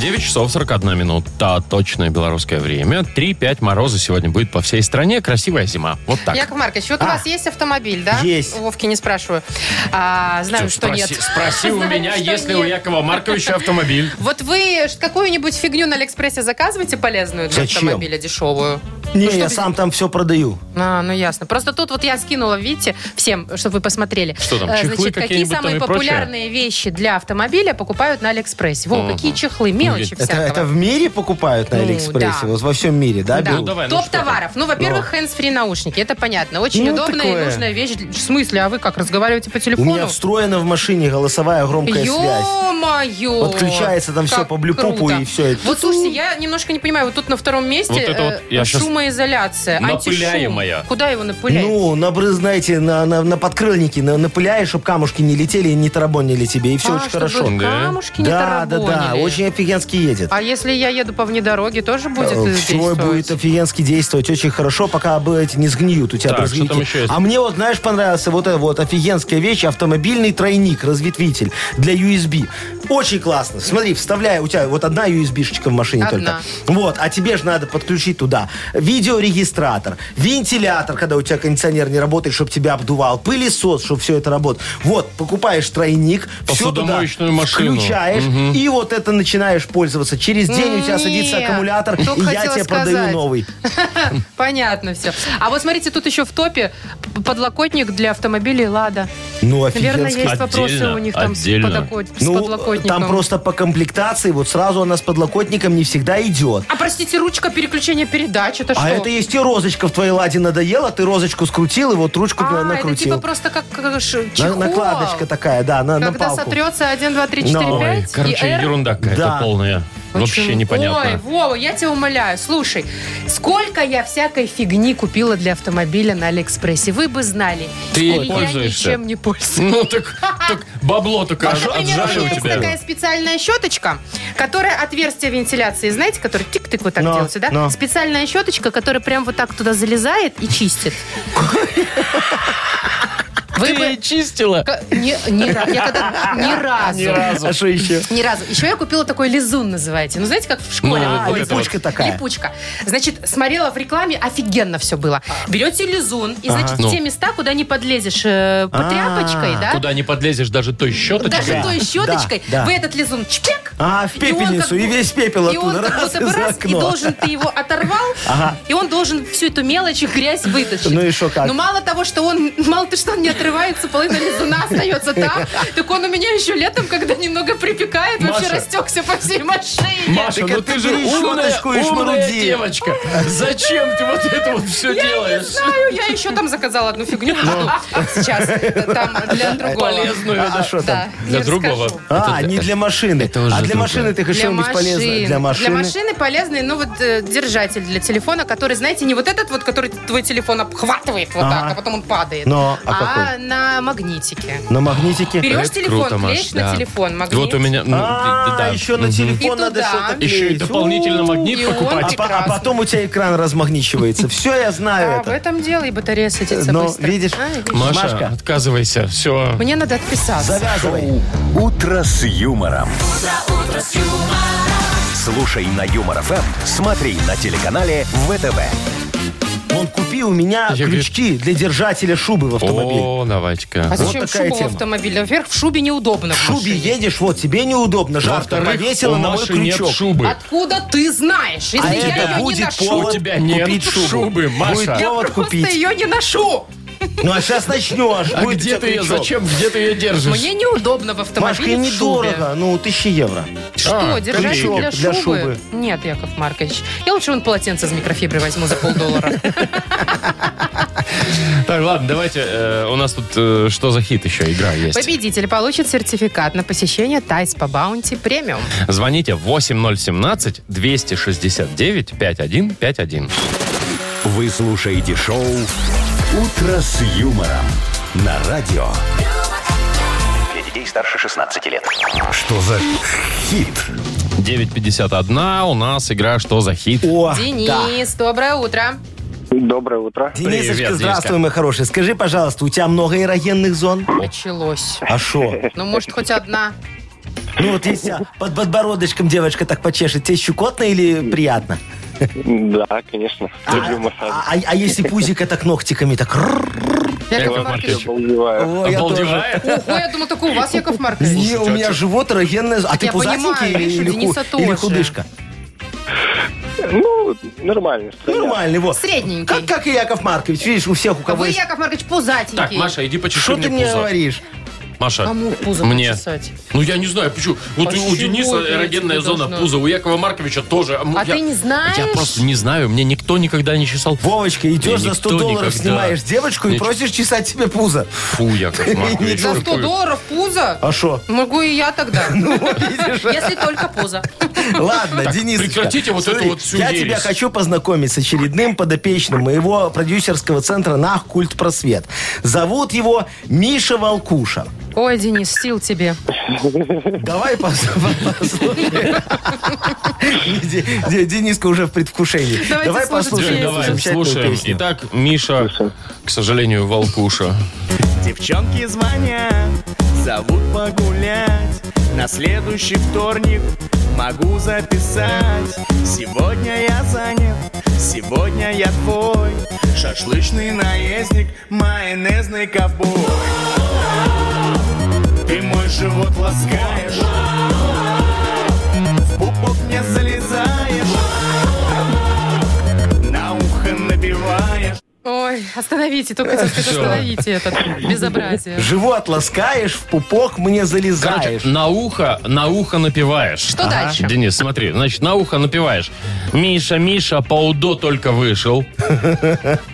Speaker 1: 9 часов 41 минута. Точное белорусское время. 3-5 мороза сегодня будет по всей стране. Красивая зима. Вот так.
Speaker 2: Яков Маркович, вот у вас есть автомобиль, да?
Speaker 3: А. Есть.
Speaker 2: У Вовки не спрашиваю. А, знаю, что,
Speaker 1: спроси,
Speaker 2: нет.
Speaker 1: спроси у
Speaker 2: Знаю,
Speaker 1: меня,
Speaker 2: что
Speaker 1: есть ли у
Speaker 2: нет.
Speaker 1: Якова Марковича автомобиль.
Speaker 2: Вот вы ж какую-нибудь фигню на Алиэкспрессе заказываете полезную для
Speaker 3: Зачем?
Speaker 2: автомобиля, дешевую?
Speaker 3: Не,
Speaker 2: чтоб-
Speaker 3: я сам там все продаю.
Speaker 2: А, ну ясно. Просто тут вот я скинула, видите, всем, чтобы вы посмотрели.
Speaker 1: Что там,
Speaker 2: Э,
Speaker 1: чехлы
Speaker 2: Значит, какие
Speaker 1: какие-нибудь там
Speaker 2: самые
Speaker 1: и прочее?
Speaker 2: популярные вещи для автомобиля покупают на Алиэкспрессе? Во,
Speaker 1: Мгм.
Speaker 2: какие чехлы, мелочи
Speaker 1: ведь
Speaker 3: Это,
Speaker 2: всякого.
Speaker 3: это в мире покупают на
Speaker 2: Ну,
Speaker 3: Алиэкспрессе?
Speaker 2: да.
Speaker 3: Вот во всем мире, да,
Speaker 2: Да.
Speaker 3: берут?
Speaker 1: Ну, давай, ну
Speaker 2: Топ
Speaker 1: что там?
Speaker 2: товаров. Ну, во-первых, hands-free наушники. Это понятно. Очень
Speaker 3: Ну,
Speaker 2: удобная и
Speaker 3: такое.
Speaker 2: нужная вещь. В смысле, а вы как, разговариваете по
Speaker 3: У
Speaker 2: телефону?
Speaker 3: меня встроена в машине голосовая громкая связь.
Speaker 2: Ё-моё!
Speaker 3: Отключается там всё
Speaker 2: Как
Speaker 3: по блю-пупу
Speaker 2: круто.
Speaker 3: и всё это.
Speaker 2: Вот слушайте, я немножко не понимаю, вот тут на втором месте
Speaker 1: Вот это вот
Speaker 2: э,
Speaker 1: я щас-
Speaker 2: шумоизоляция,
Speaker 1: Напыляемая.
Speaker 2: антишум. Куда его напылять?
Speaker 3: Ну, набрыз, знаете, на, на, на подкрыльнике на- напыляешь, чтобы камушки не летели и не тарабонили тебе, и все
Speaker 2: А,
Speaker 3: очень
Speaker 2: чтобы
Speaker 3: хорошо.
Speaker 1: Да.
Speaker 2: камушки не
Speaker 3: Да, да, да,
Speaker 2: тарабанили.
Speaker 3: очень офигенски едет.
Speaker 2: А если я еду по внедороге, тоже будет э,
Speaker 3: Все
Speaker 2: действовать?
Speaker 3: будет офигенски действовать, очень хорошо, пока бы эти не сгниют у тебя.
Speaker 1: Так,
Speaker 3: брызгники.
Speaker 1: что там еще есть?
Speaker 3: А мне вот, знаешь, понравился вот эта вот офигенская вещь, автомобильный тройник, разветвитель для USB. Очень классно. Смотри, вставляя, у тебя вот одна USB-шечка в машине
Speaker 2: Одна.
Speaker 3: только. Вот, а тебе же надо подключить туда видеорегистратор, вентилятор, когда у тебя кондиционер не работает, чтобы тебя обдувал, пылесос, чтобы все это работало. Вот, покупаешь тройник, все туда
Speaker 1: Посудомоечную машину.
Speaker 3: включаешь, и вот это начинаешь пользоваться. Через день у тебя садится
Speaker 2: Не,
Speaker 3: аккумулятор,
Speaker 2: только
Speaker 3: и я
Speaker 2: хотела
Speaker 3: тебе
Speaker 2: сказать.
Speaker 3: продаю новый.
Speaker 2: Понятно все. А вот смотрите, тут еще в топе п- подлокотник для автомобилей «Лада».
Speaker 3: Ну,
Speaker 2: Наверное,
Speaker 3: офигенски.
Speaker 2: есть вопросы
Speaker 1: Отдельно,
Speaker 2: у них там с,
Speaker 1: отдельно.
Speaker 2: подокот- с
Speaker 3: Ну,
Speaker 2: подлокотником.
Speaker 3: там просто по комплектации, вот сразу она с подлокотником не всегда идет.
Speaker 2: А простите, ручка переключения передач, это что?
Speaker 3: А это есть и розочка в твоей ладе надоела, ты розочку скрутил и вот ручку
Speaker 2: А, это
Speaker 3: накрутил.
Speaker 2: типа просто как э, ш-
Speaker 3: На-
Speaker 2: чехол.
Speaker 3: накладочка такая, да, на, на
Speaker 2: Когда
Speaker 3: палку.
Speaker 2: сотрется 1, 2, 3, 4,
Speaker 3: Ну, ой,
Speaker 2: 5
Speaker 1: Короче,
Speaker 2: и R.
Speaker 1: ерунда какая-то
Speaker 3: Да.
Speaker 1: полная. Вообще
Speaker 2: Почему?
Speaker 1: непонятно.
Speaker 2: Ой, Вова, я тебя умоляю. Слушай, сколько я всякой фигни купила для автомобиля на Алиэкспрессе. Вы бы знали.
Speaker 1: Ты
Speaker 2: И
Speaker 1: ей
Speaker 2: Я
Speaker 1: пользуешься?
Speaker 2: ничем не пользуюсь.
Speaker 1: Ну так, так бабло только
Speaker 2: Вот,
Speaker 1: отж-
Speaker 2: например, у
Speaker 1: отжали у
Speaker 2: меня есть такая
Speaker 1: тебя.
Speaker 2: специальная щеточка, которая отверстие вентиляции, знаете, который тик-тик вот так
Speaker 3: Но,
Speaker 2: делается, да?
Speaker 3: но.
Speaker 2: Специальная щеточка, которая прям вот так туда залезает и чистит. Вы бы-
Speaker 1: чистила?
Speaker 2: К- Не, не раз. Я когда- ни разу. Ни разу.
Speaker 3: А что еще?
Speaker 2: Еще я купила такой лизун, называете. Ну, знаете, как в школе.
Speaker 1: Ну,
Speaker 3: А,
Speaker 1: вот
Speaker 2: выходит?
Speaker 1: это вот.
Speaker 3: липучка такая.
Speaker 2: Липучка. Значит, смотрела в рекламе, офигенно все было. Берете лизун, и, значит,
Speaker 1: Ну.
Speaker 2: в те места, куда не подлезешь э, по
Speaker 3: А.
Speaker 2: тряпочкой, да?
Speaker 1: Куда не подлезешь даже той щеточкой.
Speaker 2: Даже
Speaker 3: Да,
Speaker 2: той
Speaker 3: да,
Speaker 2: щеточкой,
Speaker 3: да.
Speaker 2: вы этот лизун чпек.
Speaker 3: А, в
Speaker 2: и он как
Speaker 3: пепельницу, и
Speaker 2: бу-
Speaker 3: весь пепел
Speaker 2: И он
Speaker 3: оттуда,
Speaker 2: как
Speaker 3: раз,
Speaker 2: будто бы
Speaker 3: из
Speaker 2: раз, и
Speaker 3: окна.
Speaker 2: должен ты его оторвал,
Speaker 3: Ага.
Speaker 2: и он должен всю эту мелочь и грязь вытащить.
Speaker 3: Ну и шо как?
Speaker 2: Ну мало того, что он, мало ты что он не отрывается, половина лизуна остается там, так он у меня еще летом, когда немного припекает, вообще
Speaker 3: Маша.
Speaker 2: растекся по всей машине.
Speaker 1: Маша,
Speaker 3: Так
Speaker 1: ну
Speaker 3: это
Speaker 1: ты же
Speaker 3: бери
Speaker 1: умная,
Speaker 3: щеточку и
Speaker 1: умная
Speaker 3: шмаруди.
Speaker 1: девочка. Зачем ты вот это вот все
Speaker 2: Я не
Speaker 1: делаешь?
Speaker 2: знаю, я еще там заказала одну фигню.
Speaker 3: Ну.
Speaker 2: Жду. Сейчас э, там для другого.
Speaker 1: Полезную,
Speaker 2: А,
Speaker 3: да, шо там?
Speaker 2: да,
Speaker 1: Для
Speaker 2: не
Speaker 1: другого.
Speaker 2: расскажу.
Speaker 3: А, не для машины.
Speaker 1: уже
Speaker 3: а для
Speaker 1: другое.
Speaker 3: машины ты
Speaker 2: Для
Speaker 3: хотел быть
Speaker 2: машин.
Speaker 3: полезно для машины.
Speaker 2: Для машины полезный, ну вот э, держатель для телефона, который, знаете, не вот этот вот, который твой телефон обхватывает вот
Speaker 3: Ага.
Speaker 2: так, а потом он падает.
Speaker 3: Но, а
Speaker 2: а
Speaker 3: какой?
Speaker 2: на магнитике.
Speaker 3: На магнитике.
Speaker 2: Берешь
Speaker 1: Это
Speaker 2: телефон,
Speaker 1: круто,
Speaker 2: клеишь
Speaker 1: Маш,
Speaker 2: на
Speaker 1: да.
Speaker 2: телефон магнит.
Speaker 1: Вот у меня... ну,
Speaker 3: А,
Speaker 1: да.
Speaker 3: еще на
Speaker 1: Мгм.
Speaker 3: телефон
Speaker 2: И
Speaker 3: надо
Speaker 2: туда.
Speaker 3: что-то клеить.
Speaker 1: Еще и дополнительно
Speaker 3: У.
Speaker 1: магнит
Speaker 2: И он
Speaker 3: А,
Speaker 1: покупать.
Speaker 3: по- а
Speaker 2: прекрасно.
Speaker 3: потом у тебя экран размагничивается. Все, я
Speaker 2: А,
Speaker 3: знаю
Speaker 2: в
Speaker 3: это.
Speaker 2: этом дело, и батарея садится
Speaker 3: Ну,
Speaker 2: быстро.
Speaker 3: видишь?
Speaker 2: А, видишь?
Speaker 1: Маша,
Speaker 3: Машка.
Speaker 1: отказывайся. Все.
Speaker 2: Мне надо отписаться.
Speaker 3: Завязывай.
Speaker 4: Утро с юмором. Слушай на Юмор ФМ, смотри на телеканале ВТВ.
Speaker 3: Вон, купи у меня
Speaker 1: Я,
Speaker 3: крючки для держателя шубы в автомобиле.
Speaker 1: О, Давайте-ка.
Speaker 2: А зачем
Speaker 3: такая
Speaker 2: шубу в
Speaker 3: тема.
Speaker 2: автомобиле? Во-первых, в шубе неудобно.
Speaker 3: В шубе едешь, вот тебе неудобно, жарко,
Speaker 1: Во-вторых,
Speaker 3: повесила
Speaker 1: у
Speaker 3: на мой
Speaker 1: Маши нет
Speaker 3: крючок.
Speaker 1: шубы. А
Speaker 2: Откуда ты знаешь? Если
Speaker 3: А
Speaker 2: я
Speaker 3: это
Speaker 2: ее не
Speaker 3: будет
Speaker 2: ношу,
Speaker 3: повод
Speaker 1: У тебя нет
Speaker 3: купить шубу.
Speaker 1: шубы, Маша.
Speaker 3: Будет
Speaker 1: Я
Speaker 3: повод
Speaker 2: просто
Speaker 3: купить.
Speaker 2: ее не ношу.
Speaker 3: Ну а сейчас начнешь.
Speaker 1: А
Speaker 3: Будет у
Speaker 1: где
Speaker 3: тебя
Speaker 1: ты ее,
Speaker 3: крючок.
Speaker 1: зачем, где ты ее держишь?
Speaker 2: Мне неудобно в
Speaker 3: Машка,
Speaker 2: автомобиле
Speaker 3: и
Speaker 2: в шубе.
Speaker 3: недорого. Ну, тысячи евро.
Speaker 2: Что,
Speaker 1: А,
Speaker 2: держатель
Speaker 3: крючок
Speaker 2: для,
Speaker 3: для
Speaker 2: шубы?
Speaker 3: шубы.
Speaker 2: Нет, Яков Маркович. Я лучше вон полотенце из микрофибры возьму за полдоллара.
Speaker 1: Так, ладно, давайте. э, у нас тут э, что за хит еще игра есть?
Speaker 2: Победитель получит сертификат на посещение Тайс по Баунти Премиум.
Speaker 1: Звоните 8017-269-5151.
Speaker 4: Вы слушаете шоу «Утро с юмором» на радио.
Speaker 8: Для детей старше 16 лет.
Speaker 4: А Что за хит?
Speaker 1: 951 у нас игра «Что за хит?»
Speaker 3: О, да.
Speaker 2: Денис, доброе утро.
Speaker 7: Доброе утро.
Speaker 3: Денисочка,
Speaker 1: Привет, Дениска.
Speaker 3: здравствуй, мой хороший. Скажи, пожалуйста, у тебя много эрогенных зон?
Speaker 2: Началось.
Speaker 3: А шо?
Speaker 2: Ну, может, хоть одна.
Speaker 3: Ну вот если под подбородочком девочка так почешет, тебе щекотно или приятно?
Speaker 7: Да, конечно. Люблю
Speaker 3: А,
Speaker 7: массаж.
Speaker 3: а- а если пузика так ногтиками так? рррр?
Speaker 1: Яков
Speaker 7: Я
Speaker 1: Маркович.
Speaker 7: обалдеваю.
Speaker 3: О, я тоже.
Speaker 1: Обалдевает?
Speaker 2: Ого, я думала, только у вас, Яков Маркович.
Speaker 3: Не, у меня живот эрогенная зона. А ты
Speaker 2: я понимаю,
Speaker 3: пузатенький или,
Speaker 2: видишь, у
Speaker 3: или ху-
Speaker 2: Дениса
Speaker 3: или
Speaker 2: тоже.
Speaker 3: худышка?
Speaker 7: Ну, нормально.
Speaker 3: Нормальный, вот.
Speaker 2: Средненький.
Speaker 3: Как, как и Яков Маркович, видишь, у всех, у
Speaker 2: А
Speaker 3: кого
Speaker 2: вы,
Speaker 3: есть...
Speaker 2: Яков Маркович, пузатенький.
Speaker 1: Так, Маша, иди почеши
Speaker 3: Что ты мне
Speaker 1: пузо.
Speaker 3: говоришь?
Speaker 1: Маша,
Speaker 2: Кому пузо
Speaker 1: Мне.
Speaker 2: почесать?
Speaker 1: ну я не знаю, почему. Вот у- у
Speaker 2: Почему
Speaker 1: Дениса
Speaker 2: это
Speaker 1: эрогенная
Speaker 2: не
Speaker 1: зона
Speaker 2: должно?
Speaker 1: пуза, у Якова Марковича тоже. М,
Speaker 2: А
Speaker 1: Ну, я-
Speaker 2: ты не знаешь?
Speaker 1: Я просто не знаю, мне никто никогда не чесал.
Speaker 3: Вовочка, идешь
Speaker 1: Да
Speaker 3: за 100
Speaker 1: никто
Speaker 3: долларов,
Speaker 1: никогда.
Speaker 3: снимаешь девочку и
Speaker 1: Ничего.
Speaker 3: просишь чесать себе пузо.
Speaker 1: Фу, Яков Маркович.
Speaker 2: За 100
Speaker 1: какой-
Speaker 2: долларов пузо?
Speaker 3: А что?
Speaker 2: Могу и я тогда.
Speaker 1: Ну,
Speaker 2: Если только пузо.
Speaker 3: Ладно,
Speaker 1: Так,
Speaker 3: Денис.
Speaker 1: прекратите вот эту вот всю
Speaker 3: Я
Speaker 1: ересь.
Speaker 3: тебя хочу познакомить с очередным подопечным моего продюсерского центра на культ просвет. Зовут его Миша Волкуша.
Speaker 2: Ой, Денис, сил тебе.
Speaker 3: Давай пос- послушаем. Де- Де- Дениска уже в предвкушении.
Speaker 2: Давайте
Speaker 3: Давай
Speaker 2: слушать
Speaker 3: послушаем.
Speaker 2: песню.
Speaker 3: эту
Speaker 1: Давай,
Speaker 3: замечательную
Speaker 1: слушаем.
Speaker 3: песню.
Speaker 1: Итак, Миша, к сожалению, волкуша.
Speaker 9: Девчонки звонят, зовут погулять На следующий вторник могу записать Сегодня я занят, сегодня я твой Шашлычный наездник, майонезный ковбой Ты мой живот ласкаешь В пупок мне залезаешь На ухо набиваешь
Speaker 2: Ой, остановите, только девушка,
Speaker 1: Всё.
Speaker 2: остановите это безобразие.
Speaker 3: Живот ласкаешь, в пупок мне
Speaker 1: Короче,
Speaker 3: залезаешь.
Speaker 1: на ухо, на ухо напиваешь. Что
Speaker 2: дальше?
Speaker 1: Денис, смотри, значит, на ухо напиваешь. Миша, Миша, по УДО только вышел.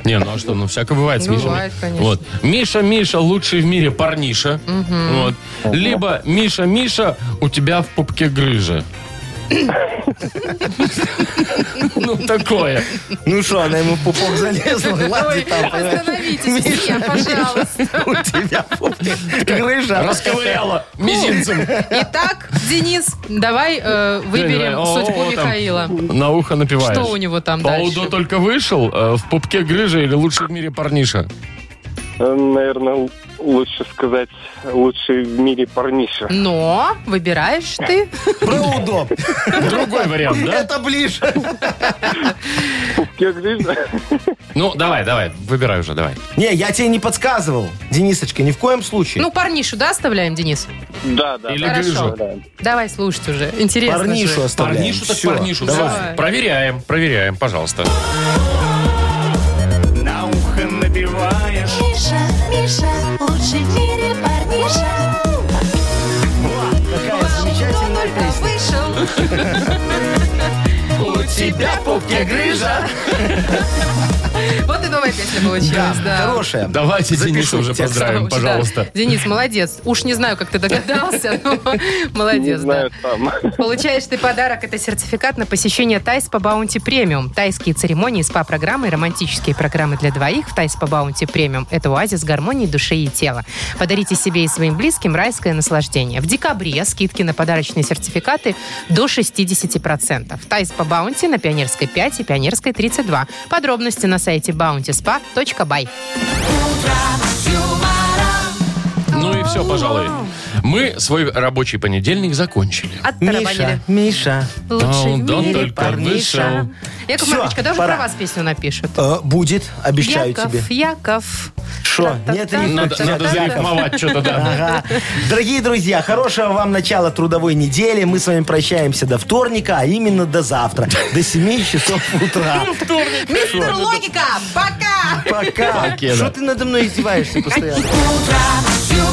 Speaker 1: Не, ну а что, ну всяко бывает с Мишей.
Speaker 2: Бывает, конечно.
Speaker 1: Вот. Миша, Миша, лучший в мире парниша. Вот. Либо Миша, Миша, у тебя в пупке грыжа. Ну, такое.
Speaker 3: Ну что, она ему в пупок залезла?
Speaker 2: Ой,
Speaker 3: Ладно там, понимаешь?
Speaker 2: остановитесь все, пожалуйста.
Speaker 3: У тебя в пупке грыжа.
Speaker 1: Расковыряла мизинцем.
Speaker 2: Итак, Денис, давай э, выберем
Speaker 1: О,
Speaker 2: судьбу
Speaker 1: о, там
Speaker 2: Михаила.
Speaker 1: На ухо напиваешь.
Speaker 2: Что у него там
Speaker 1: По
Speaker 2: дальше?
Speaker 1: УДО только вышел, э, в пупке грыжа или лучший в мире парниша?
Speaker 7: Наверное, лучше сказать, лучший в мире парниша.
Speaker 2: Но выбираешь ты.
Speaker 3: Про удоб.
Speaker 1: Другой вариант, да?
Speaker 3: Это ближе.
Speaker 7: Я грыжа.
Speaker 1: Ну, давай, давай, выбирай уже, давай.
Speaker 3: Не, я тебе не подсказывал, Денисочка, ни в коем случае.
Speaker 2: Ну, парнишу, да, оставляем, Денис?
Speaker 7: Да, да.
Speaker 1: Или
Speaker 7: да.
Speaker 1: грыжу.
Speaker 7: Да.
Speaker 2: Давай слушать уже. Интересно
Speaker 3: парнишу
Speaker 2: же.
Speaker 3: оставляем. Всё,
Speaker 2: давай.
Speaker 1: Всё, Проверяем, проверяем, пожалуйста.
Speaker 9: На ухо набиваешь
Speaker 10: Миша, Миша, лучший в мире парниша.
Speaker 3: Какая замечательная песня.
Speaker 10: вышел.
Speaker 1: У тебя пупке грыжа.
Speaker 2: Вот и новая песня получилась, да.
Speaker 3: Хорошая.
Speaker 1: Давай, Дениса уже
Speaker 3: текст.
Speaker 1: поздравим,
Speaker 2: Очень, да.
Speaker 1: пожалуйста.
Speaker 2: Денис, молодец. Уж не знаю, как ты догадался, но
Speaker 7: Не
Speaker 2: молодец, да.
Speaker 7: знаю, там.
Speaker 2: Получаешь ты подарок. Это сертификат на посещение Тайс по Баунти Премиум. Тайские церемонии, СПА-программы и романтические программы для двоих в Тайс по Баунти Премиум. Это оазис гармонии души и тела. Подарите себе и своим близким райское наслаждение. В декабре скидки на подарочные сертификаты до 60%. Тайс по Баунти на Пионерской 5 и Пионерской 32. Подробности на сайте bountyspa.by.
Speaker 1: Ну и все, пожалуй. Мы свой рабочий понедельник закончили.
Speaker 2: Оттарабанили.
Speaker 3: Миша, Миша,
Speaker 2: Лучший в
Speaker 1: Да, он
Speaker 2: мире
Speaker 1: только
Speaker 2: парниша.
Speaker 1: вышел.
Speaker 2: Яков
Speaker 3: Всё,
Speaker 2: Маркович, когда уже
Speaker 3: пора.
Speaker 2: про вас песню напишут?
Speaker 3: э, будет, обещаю
Speaker 2: Яков,
Speaker 3: тебе.
Speaker 2: Яков.
Speaker 3: Шо,
Speaker 2: Та-та-та.
Speaker 3: нет, не
Speaker 1: Надо,
Speaker 3: хочется.
Speaker 1: надо зарифмовать что-то, да.
Speaker 3: Ага. Дорогие друзья, хорошего вам начала трудовой недели. Мы с вами прощаемся до вторника, а именно до завтра, до 7 часов утра.
Speaker 2: Мистер Логика, пока!
Speaker 3: Пока.
Speaker 1: Покеда.
Speaker 3: Что ты надо мной издеваешься постоянно?
Speaker 10: Утро, юмор.